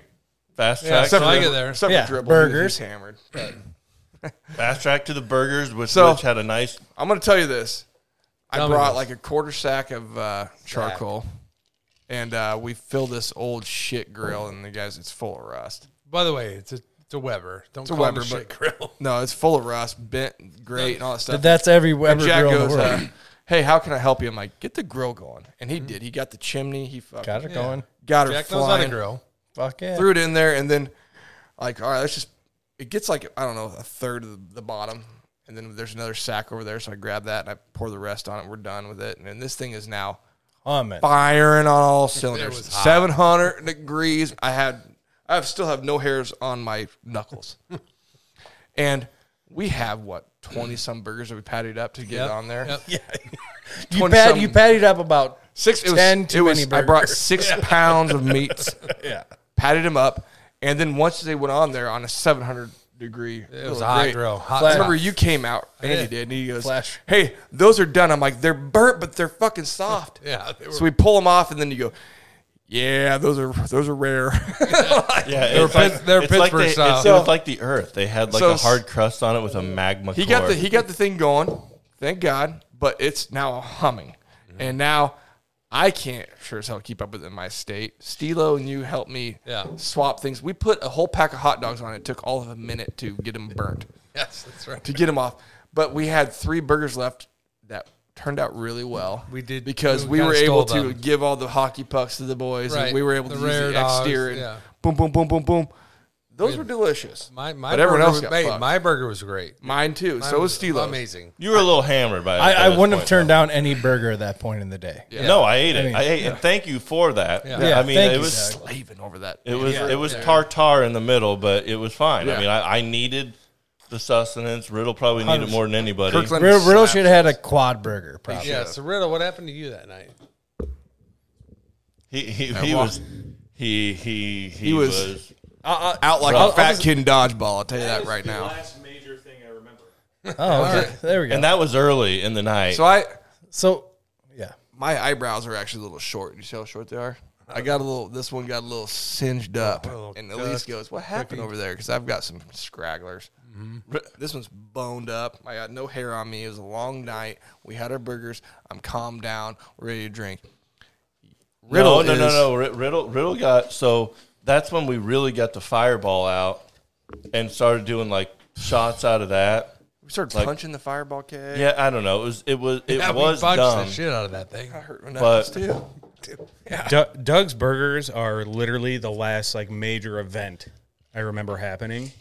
S1: Fast
S4: Yeah,
S1: track.
S4: so
S1: to
S4: I
S1: the-
S4: get there.
S2: Except
S6: Yeah,
S2: for dribble,
S6: burgers.
S2: he's hammered.
S1: fast track to the burgers, which,
S2: So-
S1: which had a nice
S2: I'm gonna tell you this. I
S4: Tell me
S2: brought
S4: this.
S2: like a quarter sack of uh, charcoal, and uh, we filled this old shit grill, and the guys, it's full of rust.
S4: By the way, it's a it's a Weber. Don't
S2: a
S4: call
S2: Weber,
S4: it a shit grill.
S2: No, it's full of rust, bent, great, and all that stuff.
S6: that's every
S2: And
S6: Weber
S2: Jack
S6: grill in
S2: goes,
S6: the world.
S2: uh, "Hey, how can I help you?" I'm like, "Get the grill going," and he did. He got the chimney. He fucking
S6: Got it going.
S2: got her
S4: Jack knows how to
S2: flying.
S4: grill.
S6: Fuck yeah.
S2: Threw it in there, and then like, all right, let's just. It gets like I don't know a third of the- the bottom, and then there's another sack over there. So I grab that and I pour the rest on it. We're done with it, and then this thing is now
S6: Amen.
S2: firing on all cylinders.
S4: was hot.
S2: Seven hundred degrees. I had, I have- still have no hairs on my
S4: (laughs)
S2: knuckles, and we have what twenty some burgers that we patted up to get
S4: Yep,
S2: on there.
S4: yep.
S6: You,
S2: 20
S6: pat,
S2: some-
S6: you patted up about
S2: Six. It was,
S6: 10 too
S2: it was-
S6: many
S2: I brought
S4: (laughs)
S6: burgers.
S2: six pounds of meats.
S6: Yeah.
S2: Patted them up, and then once they went on there on a seven hundred degree,
S4: It was a hot grill. Hot
S2: I
S4: top.
S2: remember you came out, Andy
S4: did.
S2: did, and he goes,
S6: Flash.
S2: "Hey, those are done." I'm like, "They're burnt, but they're fucking soft."
S4: (laughs) Yeah, they were-
S2: So we pull them off, and then you go, "Yeah, those are those are rare." (laughs)
S1: Yeah,
S4: They were
S1: it's like-
S4: Pitts- they were
S1: it's like
S4: Pittsburgh
S1: they-
S4: style.
S1: It's
S4: So-
S1: like the Earth. They had like
S2: So-
S1: a hard crust on it with a magma.
S2: he got
S1: core.
S2: the he got the thing going, thank God. But it's now humming,
S4: Mm-hmm.
S2: and now I can't sure as hell keep up with it in my state. Stilo and you helped me
S4: Yeah.
S2: swap things. We put a whole pack of hot dogs on it. It took all of a minute to get them burnt,
S4: (laughs) Yes, that's right.
S2: to get them off. But we had three burgers left that turned out really well.
S4: We did-
S2: because
S4: we
S2: we,
S4: kinda
S2: were able
S4: stole
S2: to
S4: them.
S2: give all the hockey pucks to the boys,
S4: Right.
S2: and we were able
S4: The
S2: to use
S4: rare
S2: the
S4: dogs,
S2: exterior. and
S4: yeah.
S2: Boom, boom, boom, boom, boom. Those were delicious.
S4: My my
S2: but everyone
S4: burger
S2: else
S4: was-
S2: got
S4: hey,
S2: fucked.
S4: my burger was great.
S2: Mine too. so was Stilo.
S4: Amazing.
S1: You were a little hammered by.
S6: I,
S1: by
S6: I
S1: this
S6: wouldn't have
S1: point,
S6: turned down any burger at that point in the day.
S1: though. No, I ate it. I,
S6: mean,
S1: ate it. Thank you for that.
S6: Yeah,
S1: I mean,
S6: thank
S1: it
S6: you,
S1: was
S6: Doug.
S2: slaving over that.
S1: it was it was tartar in the middle, but it was fine.
S2: Yeah.
S1: I mean, I, I needed the sustenance. Riddle probably needed it more than anybody.
S2: Kirkland-
S6: Riddle,
S2: Snap.
S6: Riddle should have had a quad burger, probably.
S4: Yeah. So Riddle, what happened to you that night?
S1: He he, he
S2: walk-
S1: was he he he,
S2: was-
S1: was.
S2: out like a fat kid in dodgeball. I'll tell you that right
S3: the
S2: now.
S3: last major thing I remember.
S6: Oh, okay. there we go.
S1: and that was early in the night.
S2: So I,
S6: so, yeah.
S2: my eyebrows are actually a little short. You see how short they are? I got a little. This one got a little singed up,
S1: Oh,
S2: and Elise goes, "What happened over there?" Because I've got some scragglers.
S1: Mm-hmm.
S2: R- This one's boned up. I got no hair on me. It was a long night. We had our burgers. I'm calmed down. Ready to drink.
S1: Riddle, no, no,
S2: is-
S1: no, no. Ri- Riddle, Riddle got so that's when we really got the fireball out and started doing like shots out of that.
S2: We started
S1: Like-
S2: punching the fireball keg.
S1: Yeah, I don't know. It was it was it
S4: Yeah, we
S1: was
S4: punched
S1: dumb.
S4: the shit out of that thing.
S2: hurt my
S1: But-
S2: knuckles, too.
S5: Doug, Doug's Burgers are literally the last like major event I remember happening,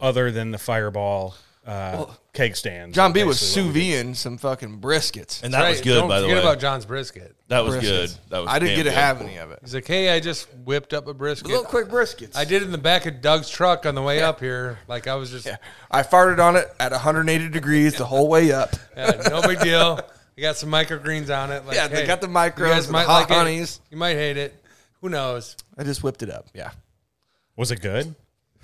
S5: other than the Fireball uh, keg stand.
S2: John B was sous videing some fucking briskets.
S1: And that was
S4: Right,
S1: good,
S4: Don't
S1: by the
S4: forget
S1: way.
S4: about John's brisket.
S1: that was
S2: briskets.
S1: good. That was.
S2: I didn't
S1: damn
S2: get to
S1: good.
S2: have any of it.
S4: He's like, hey, I just whipped up a brisket.
S2: Little quick briskets.
S4: I did it in the back of Doug's truck on the way up here. Like I was just yeah.
S2: I farted on it at 180 degrees the whole way up.
S4: no big deal. I got some microgreens on it. Like,
S2: Yeah, they
S4: hey,
S2: got the
S4: you
S2: micros
S4: guys
S2: and the
S4: might
S2: hot
S4: like it.
S2: honeys.
S4: You might hate it. Who knows?
S2: I just whipped it up. Yeah,
S5: Was it good?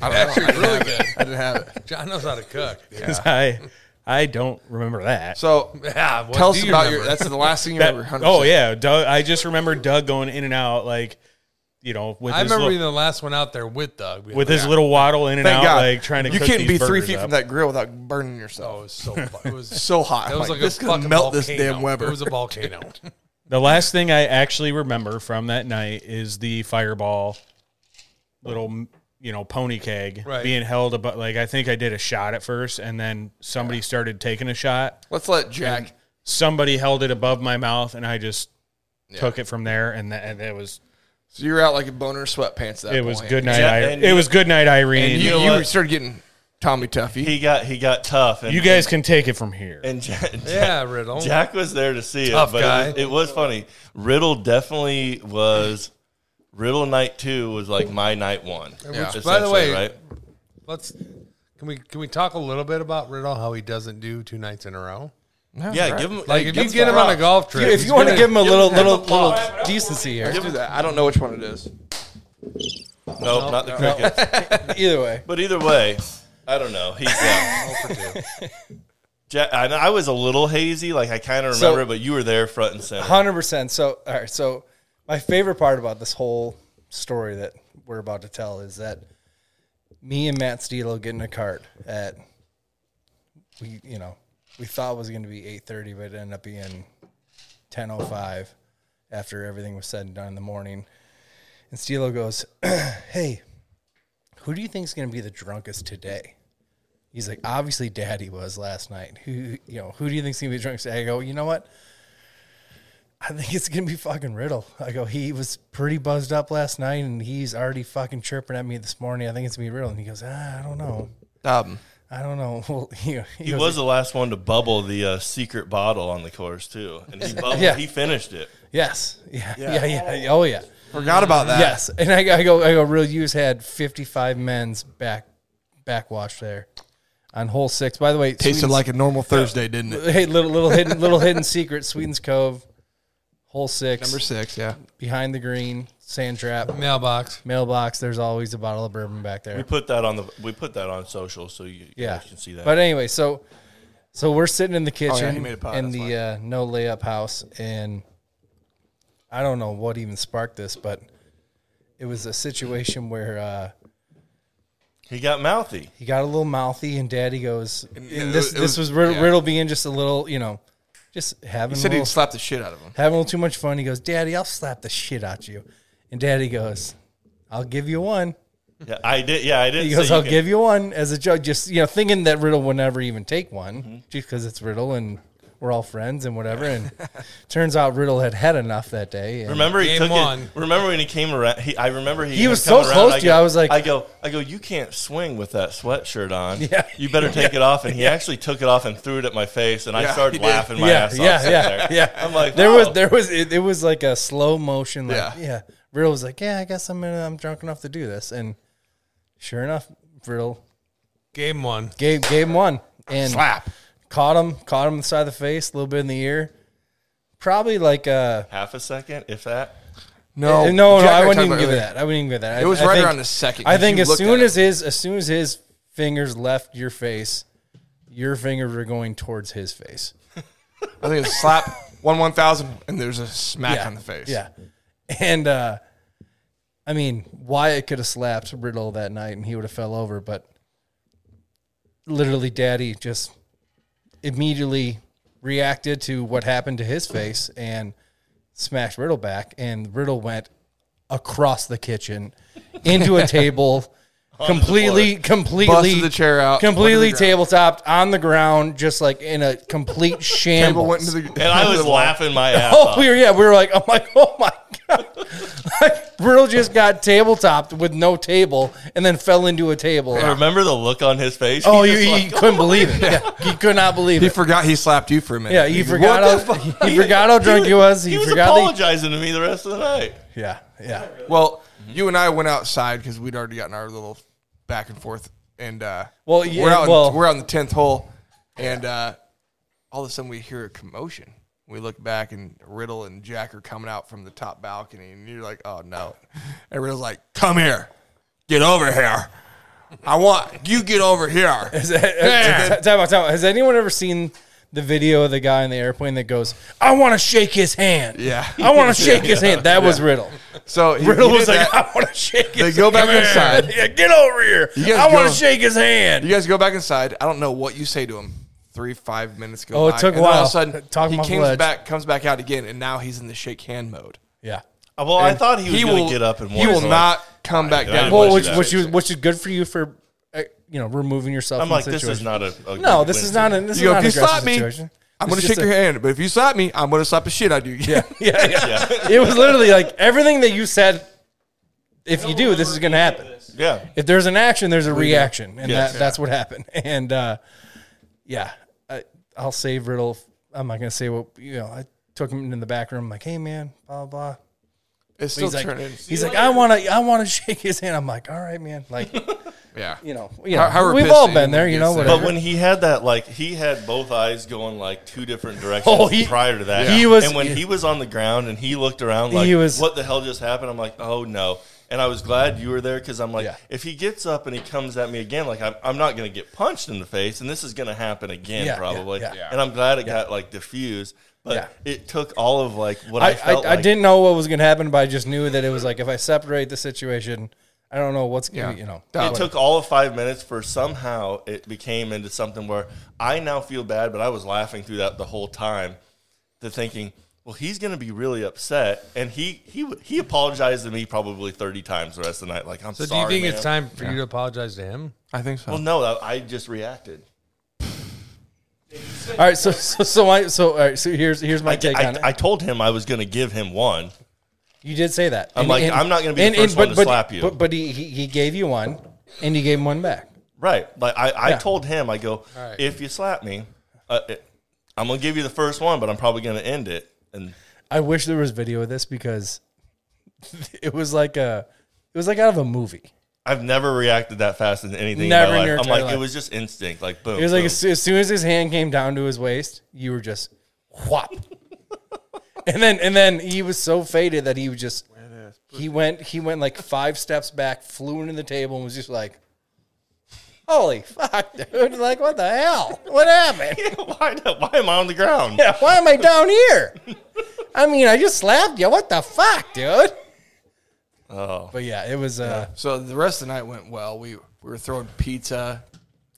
S2: I don't
S4: Actually,
S2: know. I didn't
S4: really
S2: have it.
S4: good.
S2: I didn't have it.
S4: John knows how to (laughs) cook. Yeah.
S5: Because I, I don't remember that.
S2: So
S4: what
S2: tell
S4: do
S2: us
S4: you
S2: about your.
S4: remember?
S2: That's the last thing you
S5: That-
S2: remember. 100%.
S5: oh yeah, Doug. I just remember Doug going in and out like, you know, with
S4: I
S5: his
S4: remember
S5: little,
S4: being the last one out there with Doug.
S5: with his little waddle in and
S2: Thank
S5: out,
S2: God.
S5: like trying to.
S2: you
S5: cook
S2: can't
S5: these
S2: be three
S5: burgers
S2: feet
S5: up.
S2: from that grill without burning yourself.
S4: Oh, it was so fun. It
S2: (laughs)
S4: was
S2: so hot.
S4: It was
S2: I'm
S4: like,
S2: like, this
S4: a
S2: could
S4: fucking
S2: melt this
S4: volcano.
S2: damn Weber.
S4: It was a volcano.
S5: The last thing I actually remember from that night is the fireball little you know pony keg
S4: Right.
S5: being held about like I think I did a shot at first and then somebody started taking a shot.
S2: Let's let Jack.
S5: Somebody held it above my mouth and I just took it from there and that and it was
S2: So you're out like a boner in sweatpants. At that
S5: it was
S2: point.
S5: good night
S1: Yeah,
S5: I,
S1: and
S5: it
S1: you-
S5: was good night Irene.
S2: And
S5: you,
S2: you,
S1: know
S2: you,
S1: what?
S2: started getting Tommy Tuffy.
S1: He got he got tough. And,
S5: guys can take it from here.
S1: and Jack,
S4: yeah, Riddle.
S1: Jack was there to see
S4: Tough
S1: it, but
S4: guy.
S1: It, was, it was funny. Riddle definitely was. Riddle night two was like my night one.
S4: Which, by the
S1: essentially,
S4: way, (laughs)
S1: right?
S4: Let's can we can we talk a little bit about Riddle how he doesn't do two nights in a row?
S1: yeah, give him
S4: Like
S1: hey,
S4: if
S1: give
S4: you get him
S1: props.
S4: on a golf trip,
S6: If
S4: he's
S6: you want to
S4: gonna-
S6: give him a little,
S1: him a
S6: little, little
S1: applause.
S6: decency here,
S2: Give me that. I don't know which one it is.
S1: no, not the crickets.
S4: (laughs)
S6: either way.
S1: But either way, I don't know. He's yeah. Ja- I, I was a little hazy, like I kind of
S6: So-
S1: remember, but you were there front and center.
S6: Hundred percent. So, all right. So, my favorite part about this whole story that we're about to tell is that me and Matt Stilo get in a cart at we, you know, we thought it was going to be eight thirty, but it ended up being ten oh five after everything was said and done in the morning. And Stilo goes, (clears throat) "Hey, who do you think is going to be the drunkest today?" He's like, obviously, Daddy was last night. Who, you know, who do you think's gonna be the drunkest? I go, you know what? I think it's gonna be fucking Riddle. I go, he was pretty buzzed up last night, and he's already fucking chirping at me this morning. I think it's gonna be Riddle, and he goes, ah, I don't know,
S2: Um,
S6: I don't know. (laughs) Well, you know,
S1: he
S6: goes,
S1: was the last one to bubble the uh, secret bottle on the course too, and
S4: (laughs)
S1: he bubbled,
S6: Yeah.
S1: he finished it.
S6: yes, yeah, yeah, yeah, yeah. oh yeah,
S2: forgot about that.
S6: yes. And I, go- I go, I go, real use had fifty five men's back backwash there on hole six. By the way,
S2: Tasted
S6: Sweden's-
S2: like a normal Thursday, didn't it?
S6: (laughs) hey, little little hidden little hidden secret, Sweden's Cove, hole six,
S2: Number six, yeah.
S6: behind the green, sand trap,
S4: Mailbox.
S6: mailbox. There's always a bottle of bourbon back there.
S1: We put that on the we put that on social, so you, you
S6: yeah,
S1: guys can see that.
S6: But anyway, so so we're sitting in the
S2: Oh, yeah, he
S6: kitchen
S2: made a pot,
S6: in
S2: that's
S6: the
S2: why.
S6: uh, no layup house, and I don't know what even sparked this, but it was a situation where uh,
S1: he got mouthy.
S6: he got a little mouthy, and Daddy goes, and,
S2: it was-
S6: this
S2: it
S6: this
S2: was-
S6: was Rid-
S2: yeah.
S6: Riddle being just a little, you know, just
S2: He
S6: having a
S2: said
S6: little
S2: he'd slap the shit out of him.
S6: having a little too much fun. He goes, Daddy, I'll slap the shit out you. And Daddy goes, I'll give you one.
S1: Yeah, I did. Yeah, I did.
S6: He
S1: say
S6: goes,
S1: you
S6: I'll
S1: can-
S6: give you one as a joke, just you know, thinking that Riddle would never even take one,
S1: Mm-hmm.
S6: just because it's Riddle and we're all friends and whatever. And (laughs) turns out Riddle had had enough that day. And
S1: Remember he
S4: Game
S1: took
S4: one.
S1: it. Remember when he came around? He, I remember he.
S6: He was
S1: come
S6: so
S1: around,
S6: close to you,
S1: go-
S6: I was like-
S1: I go, I go. You can't swing with that sweatshirt on.
S6: (laughs) Yeah.
S1: you better take it off. And
S6: (laughs)
S1: he actually took it off and threw it at my face, and I
S2: Yeah,
S1: started
S2: he did.
S1: laughing my
S6: yeah,
S1: ass off.
S6: yeah,
S1: sitting
S6: yeah,
S1: there.
S6: yeah.
S1: I'm like, "Oh,
S6: there
S1: "Wow."
S6: was there was it, it was like a slow motion. Like, yeah,
S2: Yeah.
S6: Riddle was like, yeah, I guess I'm gonna, I'm drunk enough to do this, and sure enough, Riddle
S4: Game one.
S6: gave gave him one and
S2: Slap.
S6: caught him, caught him in the side of the face, a little bit in the ear, probably like uh
S1: half a second, if
S6: (laughs)
S1: that.
S2: No,
S6: Eh, no, no,
S2: Jack
S6: I
S2: and
S6: wouldn't
S2: talked
S6: even
S2: about
S6: give
S2: earlier.
S6: it that. I wouldn't even give it that.
S2: It
S6: I-
S2: was
S6: I
S2: right
S6: think-
S2: around the second,
S6: I
S2: 'cause
S6: think
S2: you
S6: as
S2: looked
S6: soon
S2: at
S6: as his as soon as his fingers left your face, your fingers were going towards his face.
S2: I think it's slap one one thousand, and there's a smack
S6: yeah.
S2: on the face.
S6: Yeah. And uh I mean, Wyatt could have slapped Riddle that night and he would have fell over, but literally Daddy just immediately reacted to what happened to his face and smashed Riddle back and Riddle went across
S2: (laughs)
S6: the kitchen into a table completely completely
S2: Busted the chair out,
S6: completely
S2: went to the
S6: tabletopped on the ground just like in a complete shambles
S2: Table went into the
S1: And I was laughing
S6: (laughs)
S1: my ass
S6: Oh,
S1: off.
S6: we were yeah, we were like, I'm like, oh my god, (laughs) like, Riddle just got tabletopped with no table, and then fell into a table.
S1: Remember the look on his face?
S6: Oh,
S1: He
S6: you
S1: just
S6: he
S1: like,
S6: couldn't believe it. Yeah, he could not believe
S2: He
S6: it.
S2: forgot he slapped you for a minute.
S6: Yeah, he
S2: He's like,
S6: forgot how
S2: "What the fuck?"
S6: he forgot how drunk he was. He,
S1: he was
S6: forgot. That,
S1: apologizing to me the rest of the night.
S6: yeah, yeah.
S2: Well, you and I went outside because we'd already gotten our little back and forth, and uh,
S6: Well, yeah,
S2: we're out.
S6: well-
S2: we're on the tenth hole, and uh, all of a sudden we hear a commotion. We look back, and Riddle and Jack are coming out from the top balcony, and you're like, "Oh no!" And Riddle's like, "Come here, get over here. I want you get over here."
S6: (laughs) Is that- Uh, Time out, time out. Has anyone ever seen the video of the guy in the airplane that goes, "I want to shake his hand.
S2: Yeah.
S6: (laughs) I want to shake his hand." That was Riddle.
S2: So he,
S6: Riddle
S2: he
S6: was
S2: did
S6: like,
S2: that.
S6: "I want to shake."
S2: They
S6: his
S2: go back
S6: Come here.
S2: inside.
S6: Yeah, get over here.
S2: guys
S6: I want
S2: go-
S6: to shake his hand.
S2: You guys go back inside. I don't know what you say to him. Three five minutes go.
S6: Oh, it
S2: by,
S6: took
S2: and
S6: a
S2: then All
S6: while.
S2: of a sudden,
S6: Talk him
S2: he
S6: off the
S2: comes
S6: ledge.
S2: back, comes back out again, and now he's in the shake hand mode.
S6: Yeah.
S1: Well, I thought he was
S2: he
S1: going
S2: will-
S1: to get up and
S2: He will
S1: walk.
S2: not come back
S1: God,
S2: down.
S1: I
S6: Well,
S1: Bless
S6: which
S1: you,
S6: which
S1: that.
S6: is which is good for you for uh, you know removing yourself.
S1: I'm
S6: from
S1: like,
S6: the
S1: this is
S6: situation.
S1: not a. a
S6: No,
S1: good
S6: this is
S1: win
S6: not
S1: for
S6: an.
S1: me.
S6: This
S2: you
S6: is
S2: go,
S6: not
S2: if
S6: an
S2: you
S6: aggressive
S2: slap me,
S6: situation.
S2: I'm
S6: It's
S2: going to
S6: just
S2: shake your
S6: a-
S2: hand. But if you slap me, I'm going to slap the shit out of you. (laughs) Yeah.
S6: Yeah, yeah. it was literally like everything that you said. If you do, this is going to happen.
S1: Yeah.
S6: If there's an action, there's a reaction, and
S1: Yes.
S6: that, that's what happened. (laughs) And uh, yeah, I, I'll save Riddle. I'm not going to say what you know. I took him in the back room. like, hey man, blah blah. blah.
S2: It's still
S6: He's like,
S2: turning.
S6: he's like, I want to, I want to (laughs) shake his hand. I'm like, all right, man. Like,
S2: Yeah.
S6: you know, you know,
S2: How- how we're
S6: we've
S2: pissed
S6: all
S2: that
S6: been
S2: anyone
S6: there, you know,
S2: gets there.
S6: whatever.
S1: But when he had that, like he had both eyes going like two different directions
S6: Oh, he-
S1: prior to that.
S6: he was-
S1: and when he was on the ground and he looked around, like
S6: He was-
S1: what the hell just happened? I'm like, oh no. And I was glad you were there because I'm like,
S5: Yeah.
S1: if he gets up and he comes at me again, like I'm, I'm not going to get punched in the face, and this is going to happen again
S6: Yeah, yeah,
S1: probably.
S6: yeah.
S1: And I'm glad it got like diffused, but it took all of like what I,
S6: I, I,
S1: felt
S6: I
S1: like.
S6: didn't know what was going to happen, but I just knew that it was like if I separate the situation, I don't know what's
S2: Yeah.
S6: going to, you know.
S4: Oh,
S2: That-
S1: It took all of five minutes for somehow it became into something where I now feel bad, but I was laughing through that the whole time, to thinking, well, he's going to be really upset, and he he he apologized to me probably thirty times the rest of the night. Like I'm
S4: So
S1: sorry.
S4: do you think
S1: man."
S4: it's time for you to apologize to him?
S2: I think so.
S1: Well, no, I, I just reacted.
S6: All right, so so so I so all right, so here's here's my
S1: I,
S6: take
S1: I-
S6: on it.
S1: I told him I was going to give him one.
S6: you did say that.
S1: I'm like, I'm not gonna be the first one to slap you.
S6: But, but he, he he gave you one, and you gave him one back.
S1: Right. Like I, I
S6: Yeah.
S1: told him, I go,
S4: right.
S1: if you slap me, uh, it, I'm going to give you the first one, but I'm probably going to end it. And
S6: I wish there was video of this because (laughs) it was like a it was like out of a movie.
S1: I've never reacted that fast in anything.
S6: Never in
S1: in my
S6: your
S1: life. I'm
S6: entire
S1: like,
S6: life.
S1: it was just instinct. Like boom.
S6: It was like
S1: boom.
S6: as, as soon as his hand came down to his waist, you were just
S2: (laughs)
S6: whop. and then and then he was so faded that he was just he went he went like five steps back, flew into the table, and was just like, "Holy fuck, dude! Like what the hell? What
S1: (laughs)
S6: happened?
S1: why, not- why am I on the ground?
S6: Yeah, why am I down here? I mean, I just slapped you. What the fuck, dude?
S1: Oh,
S6: But yeah, it was. uh
S2: So the rest of the night went well. We we were throwing pizza.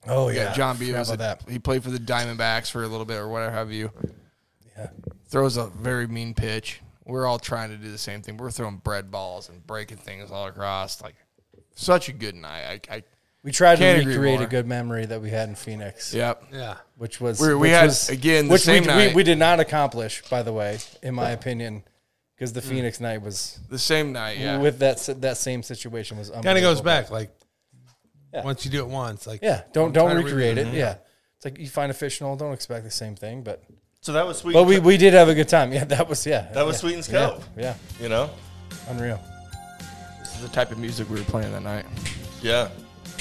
S6: Oh
S2: Yeah, John B.
S6: Forgot
S2: Was a,
S6: about that.
S2: He played for the Diamondbacks for a little bit or whatever have you. Yeah. Throws a very mean pitch. We're all trying to do the same thing. We're throwing bread balls and breaking things all across. Like such a good night. I, I
S6: We tried
S2: Can't
S6: to
S2: agree
S6: recreate a
S2: more.
S6: good memory that we had in Phoenix.
S2: yep.
S4: Yeah.
S6: which was
S2: We- we
S6: which
S2: had,
S6: was,
S2: again, the
S6: which
S2: same
S6: we,
S2: night.
S6: We, we did not accomplish, by the way, in my opinion, because the Phoenix night was
S2: The same night. Mm. Yeah.
S6: with that s- that same situation was
S4: Kind of
S6: unbelievable.
S4: goes back like
S6: Yeah.
S4: once you do it once, like
S6: Yeah, don't don't
S4: trying to
S6: recreate it.
S1: mm-hmm.
S4: reason.
S6: Yeah, it's like you find a fishbowl, don't expect the same thing, but
S1: so that was sweet.
S6: but we we did have a good time. Yeah, that was yeah
S1: that was
S6: yeah,
S1: sweet and
S6: yeah,
S1: scope.
S6: yeah,
S1: You know.
S6: unreal.
S2: This is the type of music we were playing that night.
S1: Yeah.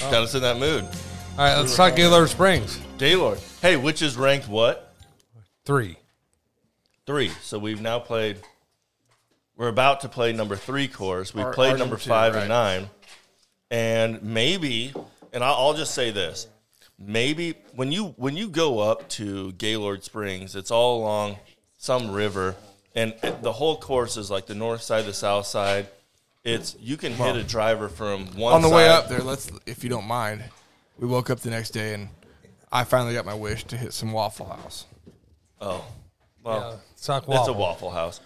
S6: Oh.
S1: Got us in that mood.
S4: All right, let's talk Gaylord Springs.
S1: Gaylord. Hey, which is ranked what?
S4: Three.
S1: Three. So we've now played. We're about to play number three course. We
S2: Our-
S1: played
S2: our
S1: number
S2: two,
S1: five
S2: right.
S1: and nine, and maybe. And I'll, I'll just say this: maybe when you when you go up to Gaylord Springs, it's all along some river, and it- the whole course is like the north side, the south side. It's you can hit a driver from one
S2: On the way
S1: side-
S2: up there, let's if you don't mind, we woke up the next day and I finally got my wish to hit some Waffle (laughs) House.
S1: Oh, well,
S4: Let's talk
S1: it's a
S4: waffle.
S1: Waffle House.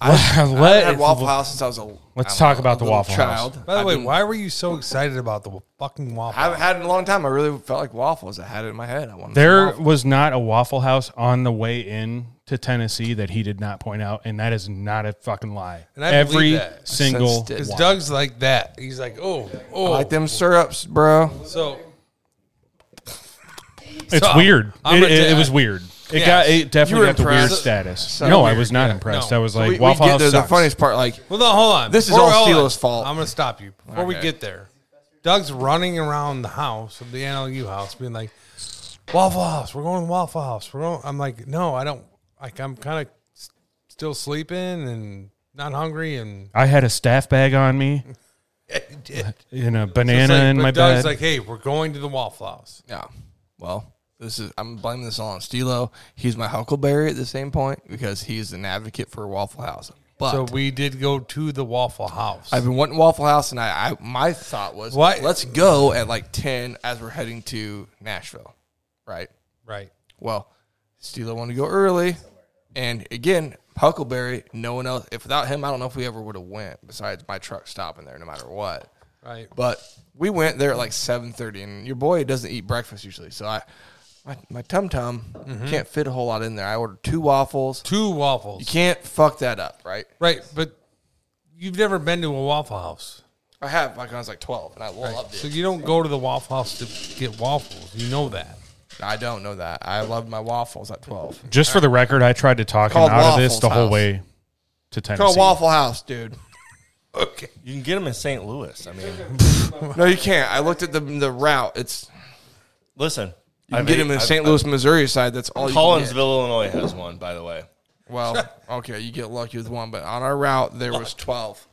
S2: I had Waffle House since I was a.
S5: Let's
S2: I don't
S5: talk
S2: know,
S5: about
S2: a
S5: the
S2: little
S5: Waffle House.
S2: child.
S4: By the
S2: I've
S4: way,
S2: been-
S4: why were you so excited about the fucking waffle?
S2: I haven't had it in a long time. I really felt like waffles. I had it in my head. I wanted some
S5: There
S2: waffles.
S5: was not a Waffle House on the way in to Tennessee that he did not point out, and that is not a fucking lie.
S4: And I
S5: Every
S4: believe that. I
S5: single
S2: sensed it.
S4: Because
S5: one.
S4: Doug's like that. He's like, oh, oh.
S2: I like them syrups, bro.
S4: So
S5: it's
S4: So,
S5: weird.
S4: I'm
S5: It,
S4: a
S5: it- it
S4: dad.
S5: was weird. It
S4: Yes.
S5: got it definitely
S2: You were
S5: got the weird
S2: impressed.
S5: status.
S2: So
S5: no, I
S2: weird,
S5: was not
S4: yeah,
S5: impressed.
S4: no.
S5: I was
S2: We-
S5: like
S2: we
S5: Waffle
S2: get
S5: House.
S2: there, The
S5: sucks.
S2: funniest part, like
S4: well, no, hold on.
S2: This is
S4: Before-
S2: all
S4: hold on.
S2: Steelers' fault.
S4: I'm gonna stop you before we
S2: Okay.
S4: get there. Doug's running around the house, the NLU house, being like, "Waffle House, we're going to Waffle House." We're going. I'm like, no, I don't. Like, I'm kind of still sleeping and not hungry, and
S5: I had a staff bag on me
S4: it did.
S5: and a
S4: It's
S5: banana
S4: like-
S5: in
S4: but
S5: my
S4: Doug's
S5: bed.
S4: like, "Hey, we're going to the Waffle House."
S2: yeah. Well, this is I'm blaming this all on Stilo. He's my huckleberry at the same point because he's an advocate for Waffle House. But
S4: So we did go to the Waffle House.
S2: I've been wanting Waffle House, and I, I my thought was,
S4: Why-
S2: let's go at like ten as we're heading to Nashville, right?
S4: right.
S2: Well, Steeler wanted to go early, and again, Huckleberry. No one else. If without him, I don't know if we ever would have went. Besides my truck stopping there, no matter what.
S4: Right.
S2: But we went there at like seven thirty, and your boy doesn't eat breakfast usually, so I. My, my tum tum can't fit a whole lot in there. I ordered two waffles.
S4: Two waffles.
S2: You can't fuck that up, right?
S4: Right, but you've never been to a Waffle House.
S2: I have like when I was like twelve, and I loved
S4: So
S2: it.
S4: you don't go to the Waffle House to get waffles. You know that.
S2: I don't know that. I loved my waffles at twelve.
S5: Just for the record, I tried to talk him
S2: Called
S5: out of this
S2: Waffles
S5: the whole
S2: House.
S5: way to Tennessee.
S2: Call Waffle House, dude.
S4: Okay.
S1: You can get them in St. Louis. I mean,
S2: (laughs) No, you can't. I looked at the the route. It's
S1: listen.
S2: you can get him in St. Louis, Missouri side. That's all. you
S1: Collinsville,
S2: can get.
S1: Illinois has one, by the way.
S2: Well, okay, you get lucky with one, but on our route there was twelve.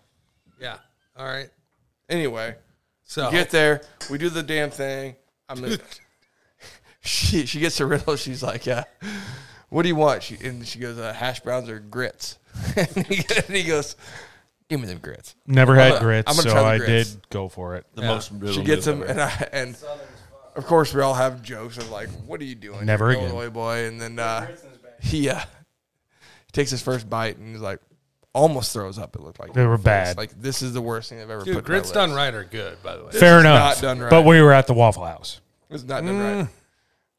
S4: Yeah. All right.
S2: Anyway,
S4: So
S2: get there. We do the damn thing. I'm. in- (laughs) she she gets a riddle. She's like, yeah. What do you want? She and she goes, uh, hash browns or grits. (laughs) and he goes, give me them grits.
S5: Never
S2: I'm
S5: had
S2: gonna-
S5: grits,
S2: I'm gonna
S5: so
S2: try the
S5: I
S2: grits.
S5: did go for it.
S1: The most riddle
S2: she gets
S1: move
S2: him,
S1: ever.
S2: and I, and of course we all have jokes of like, "What are you doing,
S5: Never
S2: You're an
S5: again.
S2: Illinois boy?" And then uh, he uh, takes his first bite and he's like, almost throws up. It looked like
S5: They were
S2: It's
S5: bad.
S2: Like this is the worst thing I've ever.
S4: dude,
S2: put in my
S4: grits done
S2: lips.
S4: right are good, by the way.
S5: Fair
S2: is
S5: enough.
S2: not done right.
S5: But we were at the Waffle House.
S2: It's not done right.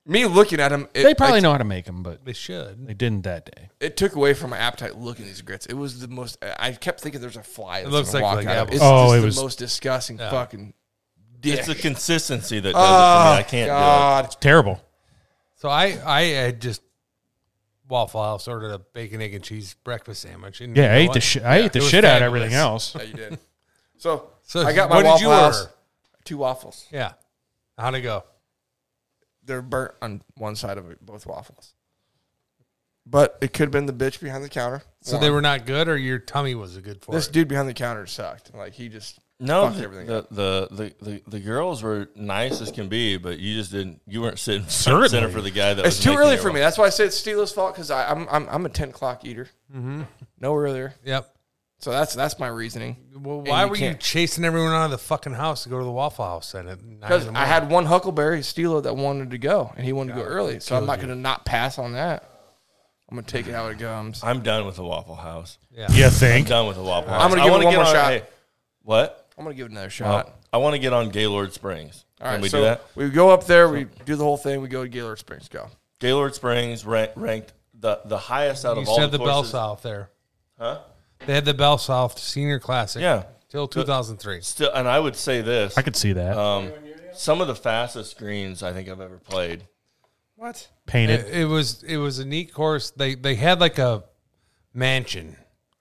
S2: Me looking at him, it,
S5: Mm. They probably
S2: it,
S5: know how to make them, but
S4: They should.
S5: they didn't that day.
S2: it took away from my appetite looking at these grits. It was the most. I kept thinking there's a fly. That's
S4: looks
S2: gonna
S4: like-
S2: walk
S4: like
S2: out. It's
S5: apples. Oh,
S2: just
S5: it
S2: the
S5: was-
S2: most disgusting fucking. Dick.
S1: It's the consistency that does
S2: oh,
S1: it for me. I can't
S2: God.
S5: It's terrible.
S4: So I, I had just Waffle House ordered a bacon, egg, and cheese breakfast sandwich. And
S5: Yeah,
S4: you
S5: I
S4: know
S5: ate
S4: what?
S5: the shit. I
S4: Yeah,
S5: ate the
S4: it was
S5: shit out of
S4: fabulous.
S5: everything else.
S2: Yeah, you did. So,
S4: So
S2: I got my
S4: what did you
S2: Waffle House.
S4: order?
S2: Two waffles.
S4: Yeah. How'd it go?
S2: they're burnt on one side of it, both waffles. But it could have been the bitch behind the counter.
S4: So
S2: One.
S4: they were not good, or your tummy was good for
S2: this
S4: it?
S2: dude behind the counter sucked. Like he just
S1: No,
S2: fucked
S1: the,
S2: everything.
S1: the,
S2: up.
S1: the, the, the, the girls were nice as can be, but you just didn't. You weren't sitting front
S5: Certainly.
S1: and center for the guy that.
S2: It's
S1: was
S2: too
S1: making
S2: early
S1: your
S2: for me.
S1: waffle.
S2: That's why I say it's Steelers' fault because I'm I'm I'm a ten o'clock eater. Mm-hmm. No earlier.
S4: Yep.
S2: So that's that's my reasoning.
S4: Well, why
S2: you
S4: were you
S2: can't-
S4: chasing everyone out of the fucking house to go to the Waffle House then? at nine
S2: (laughs)
S4: in the
S2: Because I
S4: morning?
S2: had one Huckleberry Steeler that wanted to go, and he wanted to go early. So I'm not going to not pass on that. I'm going to take it how it comes.
S1: I'm done with the Waffle House.
S5: You
S1: I'm
S5: think?
S1: done with the Waffle House.
S2: I'm gonna
S1: I
S2: give it
S1: wanna
S2: one more
S1: on-
S2: shot.
S1: what?
S2: I'm going to give it another shot.
S1: I want to get on Gaylord Springs.
S2: All
S1: Can
S2: right,
S1: we
S2: so
S1: do that?
S2: we go up there, we do the whole thing, we go to Gaylord Springs, go.
S1: Gaylord Springs rank, ranked the, the highest out
S4: You
S1: of all
S4: said the,
S1: the,
S4: Bell
S1: courses.
S4: South there.
S1: Huh?
S4: They had the Bell South Senior Classic.
S1: Yeah.
S4: Till 2003.
S1: Still, and I would say this:
S5: I could see that.
S4: Uh,
S1: um, some of the fastest greens I think I've ever played.
S2: What?
S5: Painted.
S4: It, it was it was a neat course. They they had like a mansion,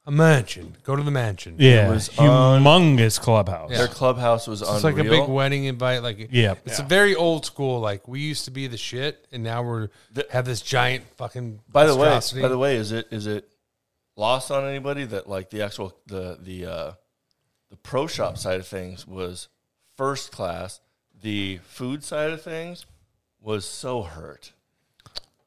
S4: a mansion. Go to the mansion.
S5: yeah.
S1: was
S4: uh,
S5: humongous clubhouse.
S1: Their clubhouse was
S4: it's
S1: unreal.
S4: like a big wedding invite. Like
S5: Yeah.
S4: it's a very old school. Like we used to be the shit, and now we're have this giant fucking.
S1: By the way,
S4: monstrosity.
S1: by the way, is it is it lost on anybody that like the actual the the uh, the pro shop side of things was first class. The food side of things was so hurt.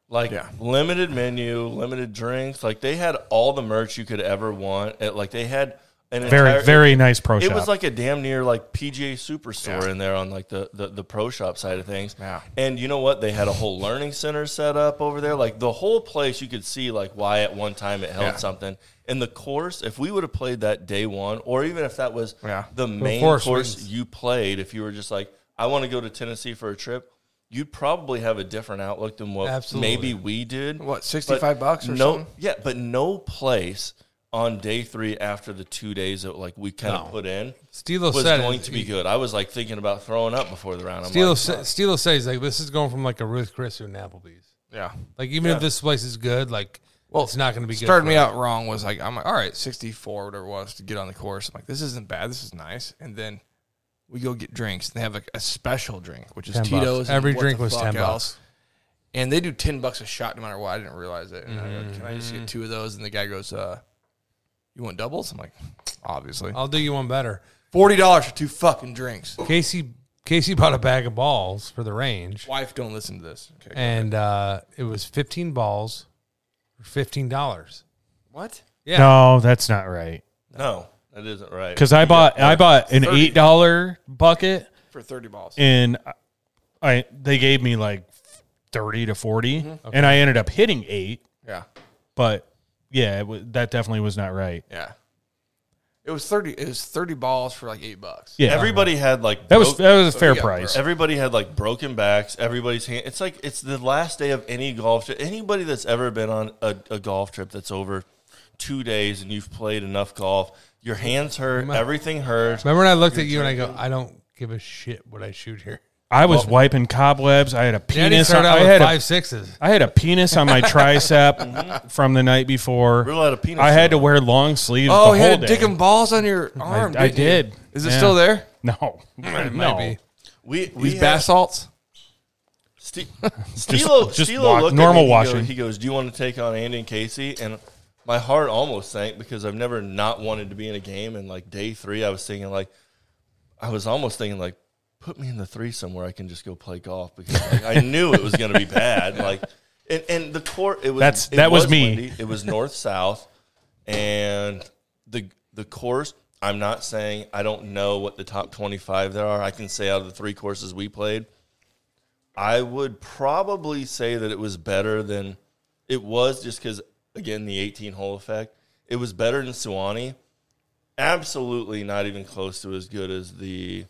S1: Like limited menu, limited drinks. Like they had all the merch you could ever want. It, like they had an
S5: Very,
S1: entire-
S5: very nice pro
S1: It
S5: shop.
S1: was like a damn near like PGA Superstore in there on like the, the the pro shop side of things.
S2: Yeah.
S1: And you know what? They had a whole learning center set up over there. Like the whole place, you could see like why at one time it held something. And the course, if we would have played that day one, or even if that was
S2: Yeah.
S1: the main
S4: course
S1: course
S4: wins.
S1: you played, if you were just like, I want to go to Tennessee for a trip. You'd probably have a different outlook than what
S4: Absolutely.
S1: maybe we did.
S2: What,
S1: But
S2: 65 bucks or
S1: no,
S2: something?
S1: yeah, but no place on day three after the two days that like we kind of put in
S4: Stilo
S1: was
S4: said
S1: going
S4: it-
S1: to be
S4: he-
S1: good. I was like thinking about throwing up before the round. I'm
S4: Stilo
S1: like,
S4: sa- Stilo says like this is going from like a Ruth Chris to an Applebee's.
S2: Yeah.
S4: Like even if this place is good, like well, it's not going to be good.
S2: started
S4: for
S2: me
S4: us.
S2: out wrong was like I'm like all right 64 whatever it was to get on the course I'm like this isn't bad this is nice and then we go get drinks and they have like a special drink which is
S4: 10 bucks.
S2: Tito's and
S4: Every
S2: what
S4: drink
S2: the
S4: was
S2: fuck
S4: 10 bucks.
S2: and they do 10 bucks a shot no matter what I didn't realize it and I go, can I just
S4: Mm-hmm.
S2: get two of those and the guy goes uh you want doubles I'm like obviously
S4: I'll do you one better.
S2: forty dollars for two fucking drinks
S4: Casey Casey bought a bag of balls for the range,
S2: wife don't listen to this okay
S4: and uh, it was fifteen balls for fifteen dollars.
S2: what
S4: Yeah,
S5: No, that's not right.
S1: no, that isn't right.
S5: Because I bought I bought an
S2: 30.
S5: eight dollar bucket
S2: for 30 balls
S5: and I they gave me like thirty to 40
S4: Mm-hmm.
S5: and I ended up hitting eight.
S2: yeah
S5: But yeah, it wa that definitely was not right.
S2: yeah it was 30 it was 30 balls for like 8 bucks
S5: Yeah,
S1: everybody had like
S5: that was
S1: broke-
S5: that was a fair
S2: yeah,
S5: price.
S1: Everybody had like broken backs. Everybody's hand. It's like it's the last day of any golf trip. Anybody that's ever been on a, a golf trip that's over two days and you've played enough golf, your hands hurt, everything hurts.
S4: remember when I looked at you and I go, I don't give a shit what I shoot here.
S5: I was wiping cobwebs. I had a
S4: Danny
S5: penis. On,
S4: started out
S5: I
S4: with
S5: had
S4: five
S5: a,
S4: sixes.
S5: I had a penis on my tricep from the night before.
S1: Real out of penis.
S5: I had to
S1: though.
S5: wear long sleeves.
S2: Oh,
S5: the
S2: you
S5: whole
S2: had
S5: day.
S2: dick and balls on your arm.
S5: I
S2: didn't you?
S5: did.
S2: Is it
S5: Yeah.
S2: still there?
S5: (laughs) No,
S4: It might
S5: no.
S4: be.
S1: We we
S2: These
S1: had-
S2: bath salts.
S1: Ste- Stilo,
S5: (laughs) just
S1: Stilo
S5: walk-
S1: (laughs) looked at
S5: normal
S1: me, he go-
S5: washing.
S1: he goes, "Do you want to take on Andy and Casey?" And my heart almost sank because I've never not wanted to be in a game. And like day three, I was thinking like, I was almost thinking like, put me in the threesome where I can just go play golf because like, I knew it was going to be
S5: (laughs)
S1: bad. Like, and, and the court it was
S5: That's-
S1: it
S5: that was me.
S1: windy. It was north south, and the the course. I'm not saying I don't know what the top 25 there are. I can say out of the three courses we played, I would probably say that it was better than it was just because, again, the 18 hole effect. It was better than Suwannee. Absolutely not even close to as good as the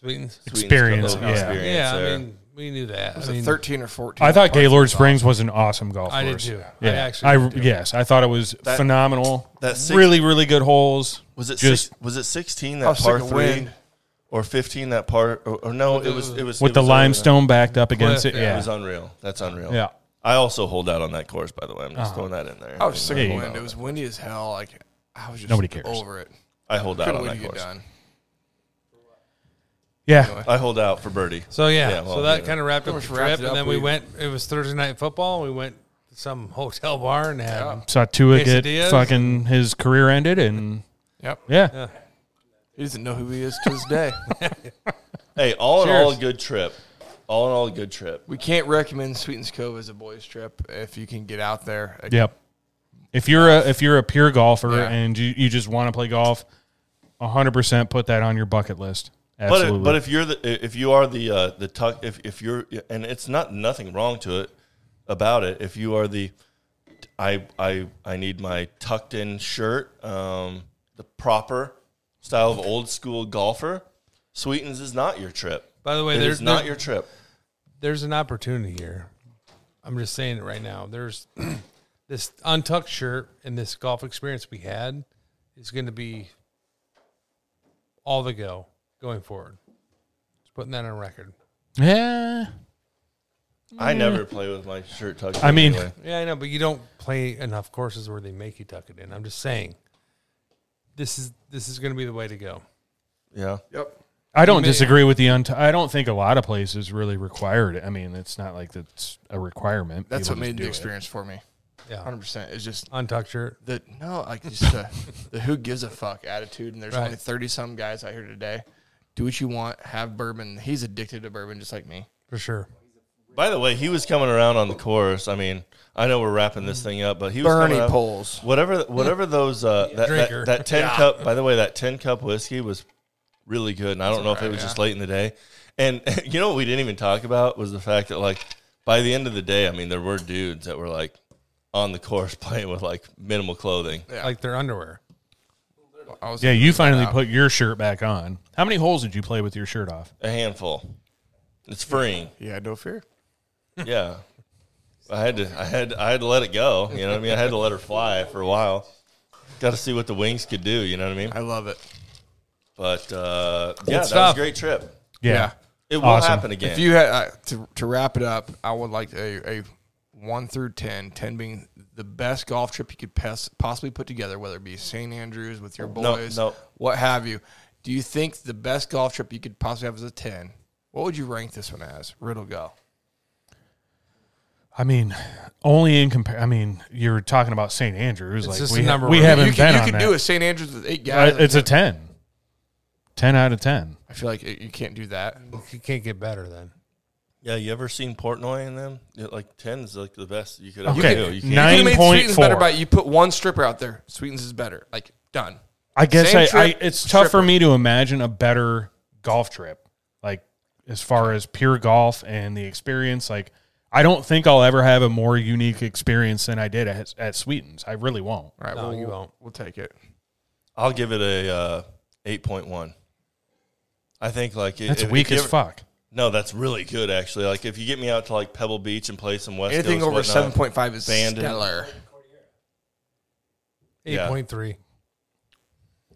S4: Sweetens.
S1: Sweetens
S5: Experience,
S1: Cutlet
S5: yeah.
S1: experience
S4: Yeah,
S1: there.
S4: I mean, we knew that.
S2: was
S4: I
S2: it
S4: mean,
S2: 13 or 14?
S5: I thought Gaylord Springs was an awesome golf course.
S4: I did too. I
S5: Yeah.
S4: actually
S5: I-
S4: did too.
S5: yes, I thought it was
S1: That-
S5: phenomenal.
S1: that six-
S5: really, really good holes.
S1: was it
S5: just
S1: six, was it 16
S2: I
S1: that
S2: was
S1: par
S2: thinking
S1: three
S2: wind.
S1: or 15 that par or, or no it was it was
S5: with
S1: it
S5: the
S1: was
S5: limestone backed up against
S4: Cliff,
S5: it?
S4: yeah,
S1: unreal. It
S5: Yeah,
S1: was unreal. That's unreal.
S5: Yeah. Uh-huh.
S1: I also hold out on that course by the way. I'm just throwing that in there.
S2: I was sick
S5: There
S2: of
S5: you
S2: wind.
S5: go.
S2: It was windy as hell. Like I was just
S5: Nobody cares.
S2: over it.
S1: I hold out
S2: Couldn't
S1: on
S2: wait to
S1: that
S2: get
S1: course.
S2: done.
S5: yeah.
S1: I hold out for birdie.
S4: So yeah,
S1: Yeah, well,
S4: so that
S1: yeah.
S4: kind of wrapped up the
S2: Pretty much wrapped
S4: trip,
S2: it
S4: and then
S2: up.
S4: we
S2: We-
S4: went. It was Thursday night football. We went to some (laughs) hotel bar and had
S5: Saw Tua get
S4: Quesadillas.
S5: fucking his career ended, and
S2: Yep.
S5: yeah,
S2: He doesn't know who he is to this day.
S1: Hey, all in
S4: Cheers.
S1: all a good trip. All in all a good trip.
S2: (laughs) we can't recommend Sweetens Cove as a boys trip if you can get out there. Like,
S5: yep. If you're a if you're a pure golfer
S2: Yeah.
S5: and you, you just want to play golf, hundred percent put that on your bucket list.
S1: But
S5: Absolutely.
S1: if, but if you're the if you are the uh, the tuck if if you're and it's not nothing wrong to it about it if you are the I I I need my tucked in shirt um, the proper style of old school golfer Sweetens is not your trip.
S4: By the way,
S1: It
S4: there's
S1: is not
S4: there-
S1: your trip.
S4: there's an opportunity here. I'm just saying it right now. There's (clears throat) this untucked shirt and this golf experience we had is going to be all the go going forward. Just putting that on record.
S5: yeah,
S4: Mm.
S1: I never play with my shirt tucked. in
S5: I mean- (laughs)
S1: anyway.
S4: Yeah, I know, but you don't play enough courses where they make you tuck it in. I'm just saying, this is this is going to be the way to go.
S1: yeah.
S2: Yep.
S5: I don't disagree with the unt. I don't think a lot of places really required it. I mean, it's not like that's a requirement.
S2: That's
S5: People
S2: what
S5: just
S2: made
S5: do
S2: the
S5: it.
S2: experience for me.
S4: Yeah,
S2: 100%. It's just
S4: untucked shirt.
S2: the no, like just
S5: (laughs)
S2: the, the who gives a fuck attitude. And there's
S4: Right.
S2: only thirty some guys out here today. Do what you want. Have bourbon. He's addicted to bourbon, just like me.
S4: For sure.
S1: By the way, he was coming around on the course. I mean, I know we're wrapping this thing up, but he was
S2: Bernie
S1: coming up-
S2: polls.
S1: Whatever, whatever those uh, that,
S4: Drinker.
S1: that that ten cup. By the way, that ten cup whiskey was really good, and I don't know if it was just late in the day. And (laughs) you know what we didn't even talk about was the fact that like by the end of the day, I mean, there were dudes that were like on the course (laughs) playing with like minimal clothing.
S4: Like their underwear.
S2: I was
S5: Yeah, you finally put your shirt back on. How many holes did you play with your shirt off?
S1: A handful. It's
S4: (laughs)
S1: freeing.
S2: yeah, no fear.
S1: Yeah. I had to I had I had to let it go. You know what I mean? I had to let her fly for a while. Got to see what the wings could do, you know what I mean?
S2: I love it.
S1: But uh, yeah, that was a
S4: stuff.
S1: great trip.
S5: Yeah.
S1: It will
S5: Awesome.
S1: happen again.
S2: If you had uh, to to wrap it up, I would like a, a one through 10, 10 being the best golf trip you could pass, possibly put together, whether it be St. Andrews with your
S1: No,
S2: boys,
S1: no.
S2: what have you. Do you think the best golf trip you could possibly have is a ten? What would you rank this one as? Riddle go.
S5: I mean, only in compare. I mean, you're talking about St. Andrews. like
S4: just
S5: we,
S4: a
S5: ha-
S4: number
S5: we
S4: one. You
S5: haven't
S2: you
S5: been
S2: can, you
S5: on
S2: can
S5: that.
S2: do a St. Andrews with eight
S5: Uh,
S2: guys.
S5: it's a 10. 10 out of ten.
S2: I feel like it, you can't do that.
S4: You can't get better then.
S1: yeah, you ever seen Portnoy in them? Yeah, like ten is like the best you could ever
S5: Okay.
S1: do. You can't-
S5: Nine-
S2: You made Sweetens better
S5: 9.4.
S2: by you put one stripper out there. Sweetens is better. Like done.
S5: I guess
S2: Same
S5: I,
S2: trip,
S5: I it's tough for
S2: stripper.
S5: me to imagine a better golf trip. Like as far as pure golf and the experience, like I don't think I'll ever have a more unique experience than I did at, at Sweetens. I really won't.
S2: All right,
S4: No,
S2: we'll,
S4: you
S2: we'll-
S4: won't.
S2: We'll take it.
S1: I'll give it a uh, eight point one. I think like
S5: That's
S1: if- if
S5: weak
S1: you
S5: as
S1: ever-
S5: fuck.
S1: No, that's really good actually. Like if you get me out to like Pebble Beach and play some West
S2: Anything
S1: Coast,
S2: over
S1: whatnot,
S2: seven point five is
S1: Banded.
S2: stellar.
S1: Yeah.
S4: Eight point three.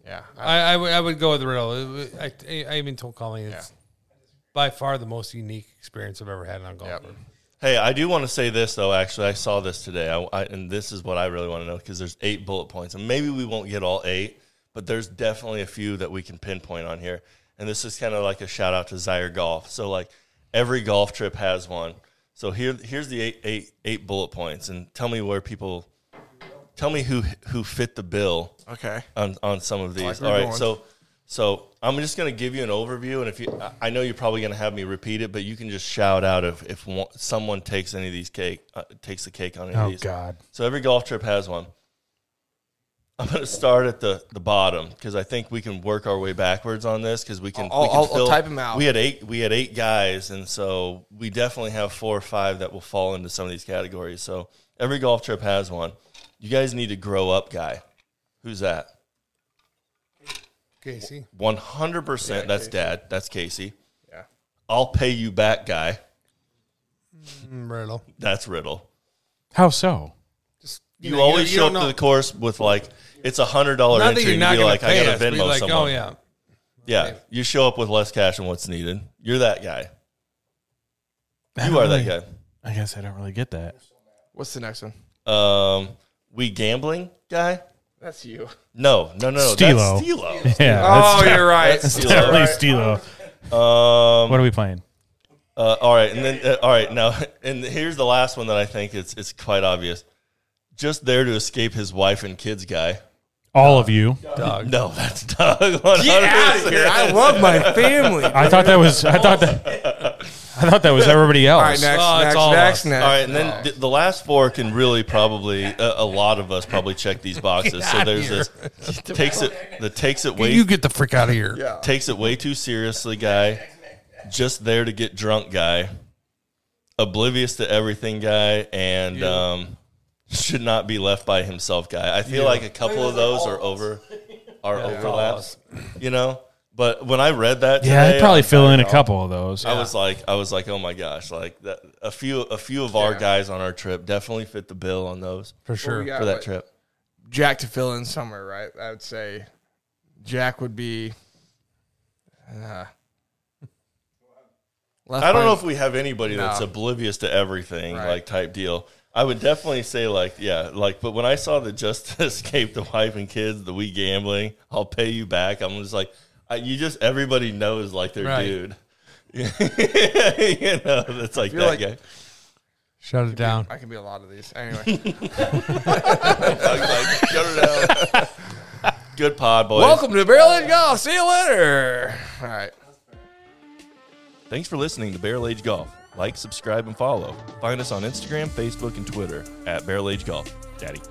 S2: Yeah, I-
S4: I, I, would, I would go with the riddle. It- I, I even told Colleen it's by far the most unique experience I've ever had on golf.
S2: Yep.
S4: course.
S1: Hey, I do want to say this though. Actually, I saw this today, I, I, and this is what I really want to know because there's eight bullet points, and maybe we won't get all eight, but there's definitely a few that we can pinpoint on here. And this is kind of like a shout out to Zyre Golf. So like every golf trip has one. So here, here's the eight, eight, eight bullet points, and tell me where people tell me who who fit the bill
S2: Okay.
S1: on, on some of these.
S2: where
S1: All
S2: you're going.
S1: right, so so I'm just going to give you an overview, and if you, I- I know you're probably going to have me repeat it, but you can just shout out if if one, someone takes any of these cake uh, takes the cake on any of
S5: Oh
S1: these.
S5: God.
S1: So every golf trip has one. I'm going to start at the the bottom because I think we can work our way backwards on this because we can.
S2: I'll-
S1: we can
S2: I'll- I'll type 'em out.
S1: We had eight. We had eight guys, and so we definitely have four or five that will fall into some of these categories. So every golf trip has one. You guys need to grow up, guy. Who's that?
S4: Casey.
S1: One hundred percent. That's dad. That's Casey. Yeah. I'll pay you back, guy.
S4: Mm, Riddle.
S1: That's Riddle.
S5: How so?
S4: Just,
S1: You,
S4: know,
S1: always
S4: you
S1: show
S4: don't
S1: up to
S4: know.
S1: the course with like it's a hundred dollar
S4: Not
S1: entry.
S4: that you're
S1: and
S4: not
S1: be
S4: going
S1: like,
S4: to
S1: I
S4: pay
S1: gotta
S4: us. Be
S1: Venmo
S4: like,
S1: someone.
S4: oh yeah,
S1: Yeah, you show up with less cash than what's needed. You're that guy. You are that guy.
S5: I guess I don't really get that.
S2: What's the next one?
S1: Um, we gambling guy?
S2: That's you.
S1: No, no, no, no.
S5: Stilo.
S2: (laughs)
S1: That's Stilo.
S5: Yeah.
S2: Oh,
S5: (laughs)
S2: you're right.
S1: That's Stilo.
S5: definitely Stilo.
S1: Um,
S5: What are we playing?
S1: uh, all right, and then uh, all right now, (laughs) and here's the last one that I think it's it's quite obvious. Just there to escape his wife and kids guy.
S5: All of you.
S1: (laughs) No, that's Doug. 100
S2: Get out of here.
S1: (laughs)
S2: I love my family. (laughs) All
S5: I thought that was. I thought that. I
S1: (laughs)
S5: thought that was everybody else.
S2: right, next,
S4: Oh, it's
S2: next,
S4: all
S2: next,
S4: us.
S2: next.
S1: All right, and then th- the last four can really probably a, a lot of us probably
S2: (laughs)
S1: check these boxes. So there's this takes it the takes it way
S4: you get the frick out of here.
S1: takes it way too seriously guy, just there to get drunk guy, oblivious to everything guy, and um, should not be left by himself guy. I feel like a couple of those are over are overlaps, you know. But when I read that,
S5: Yeah,
S1: today,
S5: I'd probably
S1: I'm
S5: fill
S1: like,
S5: in a
S1: oh,
S5: couple of those.
S1: I was like, I was like, oh my gosh, like that, a few, a few of our guys on our trip definitely fit the bill on those
S4: for sure.
S2: we got?
S1: for that
S2: What-
S1: trip.
S2: Jack to fill in somewhere, right? I would say Jack would be. Uh, (laughs) left
S1: I don't
S2: by-
S1: know if we have anybody
S2: No.
S1: that's oblivious to everything,
S2: Right.
S1: like type deal. I would definitely say like, yeah, like. But when I saw the just (laughs) escape the wife and kids, the we gambling, I'll pay you back. I'm just like, I, you just everybody knows like their
S4: Right.
S1: dude. (laughs) you know, that's like
S2: feel
S1: that
S2: like- (laughs)
S1: guy.
S4: Shut it down.
S2: I can be a lot of these. Anyway,
S1: I was like, shut it down. (laughs) Good pod, boys.
S2: welcome to Barrel Edge Golf. See you later. All right.
S1: Thanks for listening to Barrel Age Golf. Like, subscribe, and follow. Find us on Instagram, Facebook, and Twitter at Barrel Age Golf. Daddy.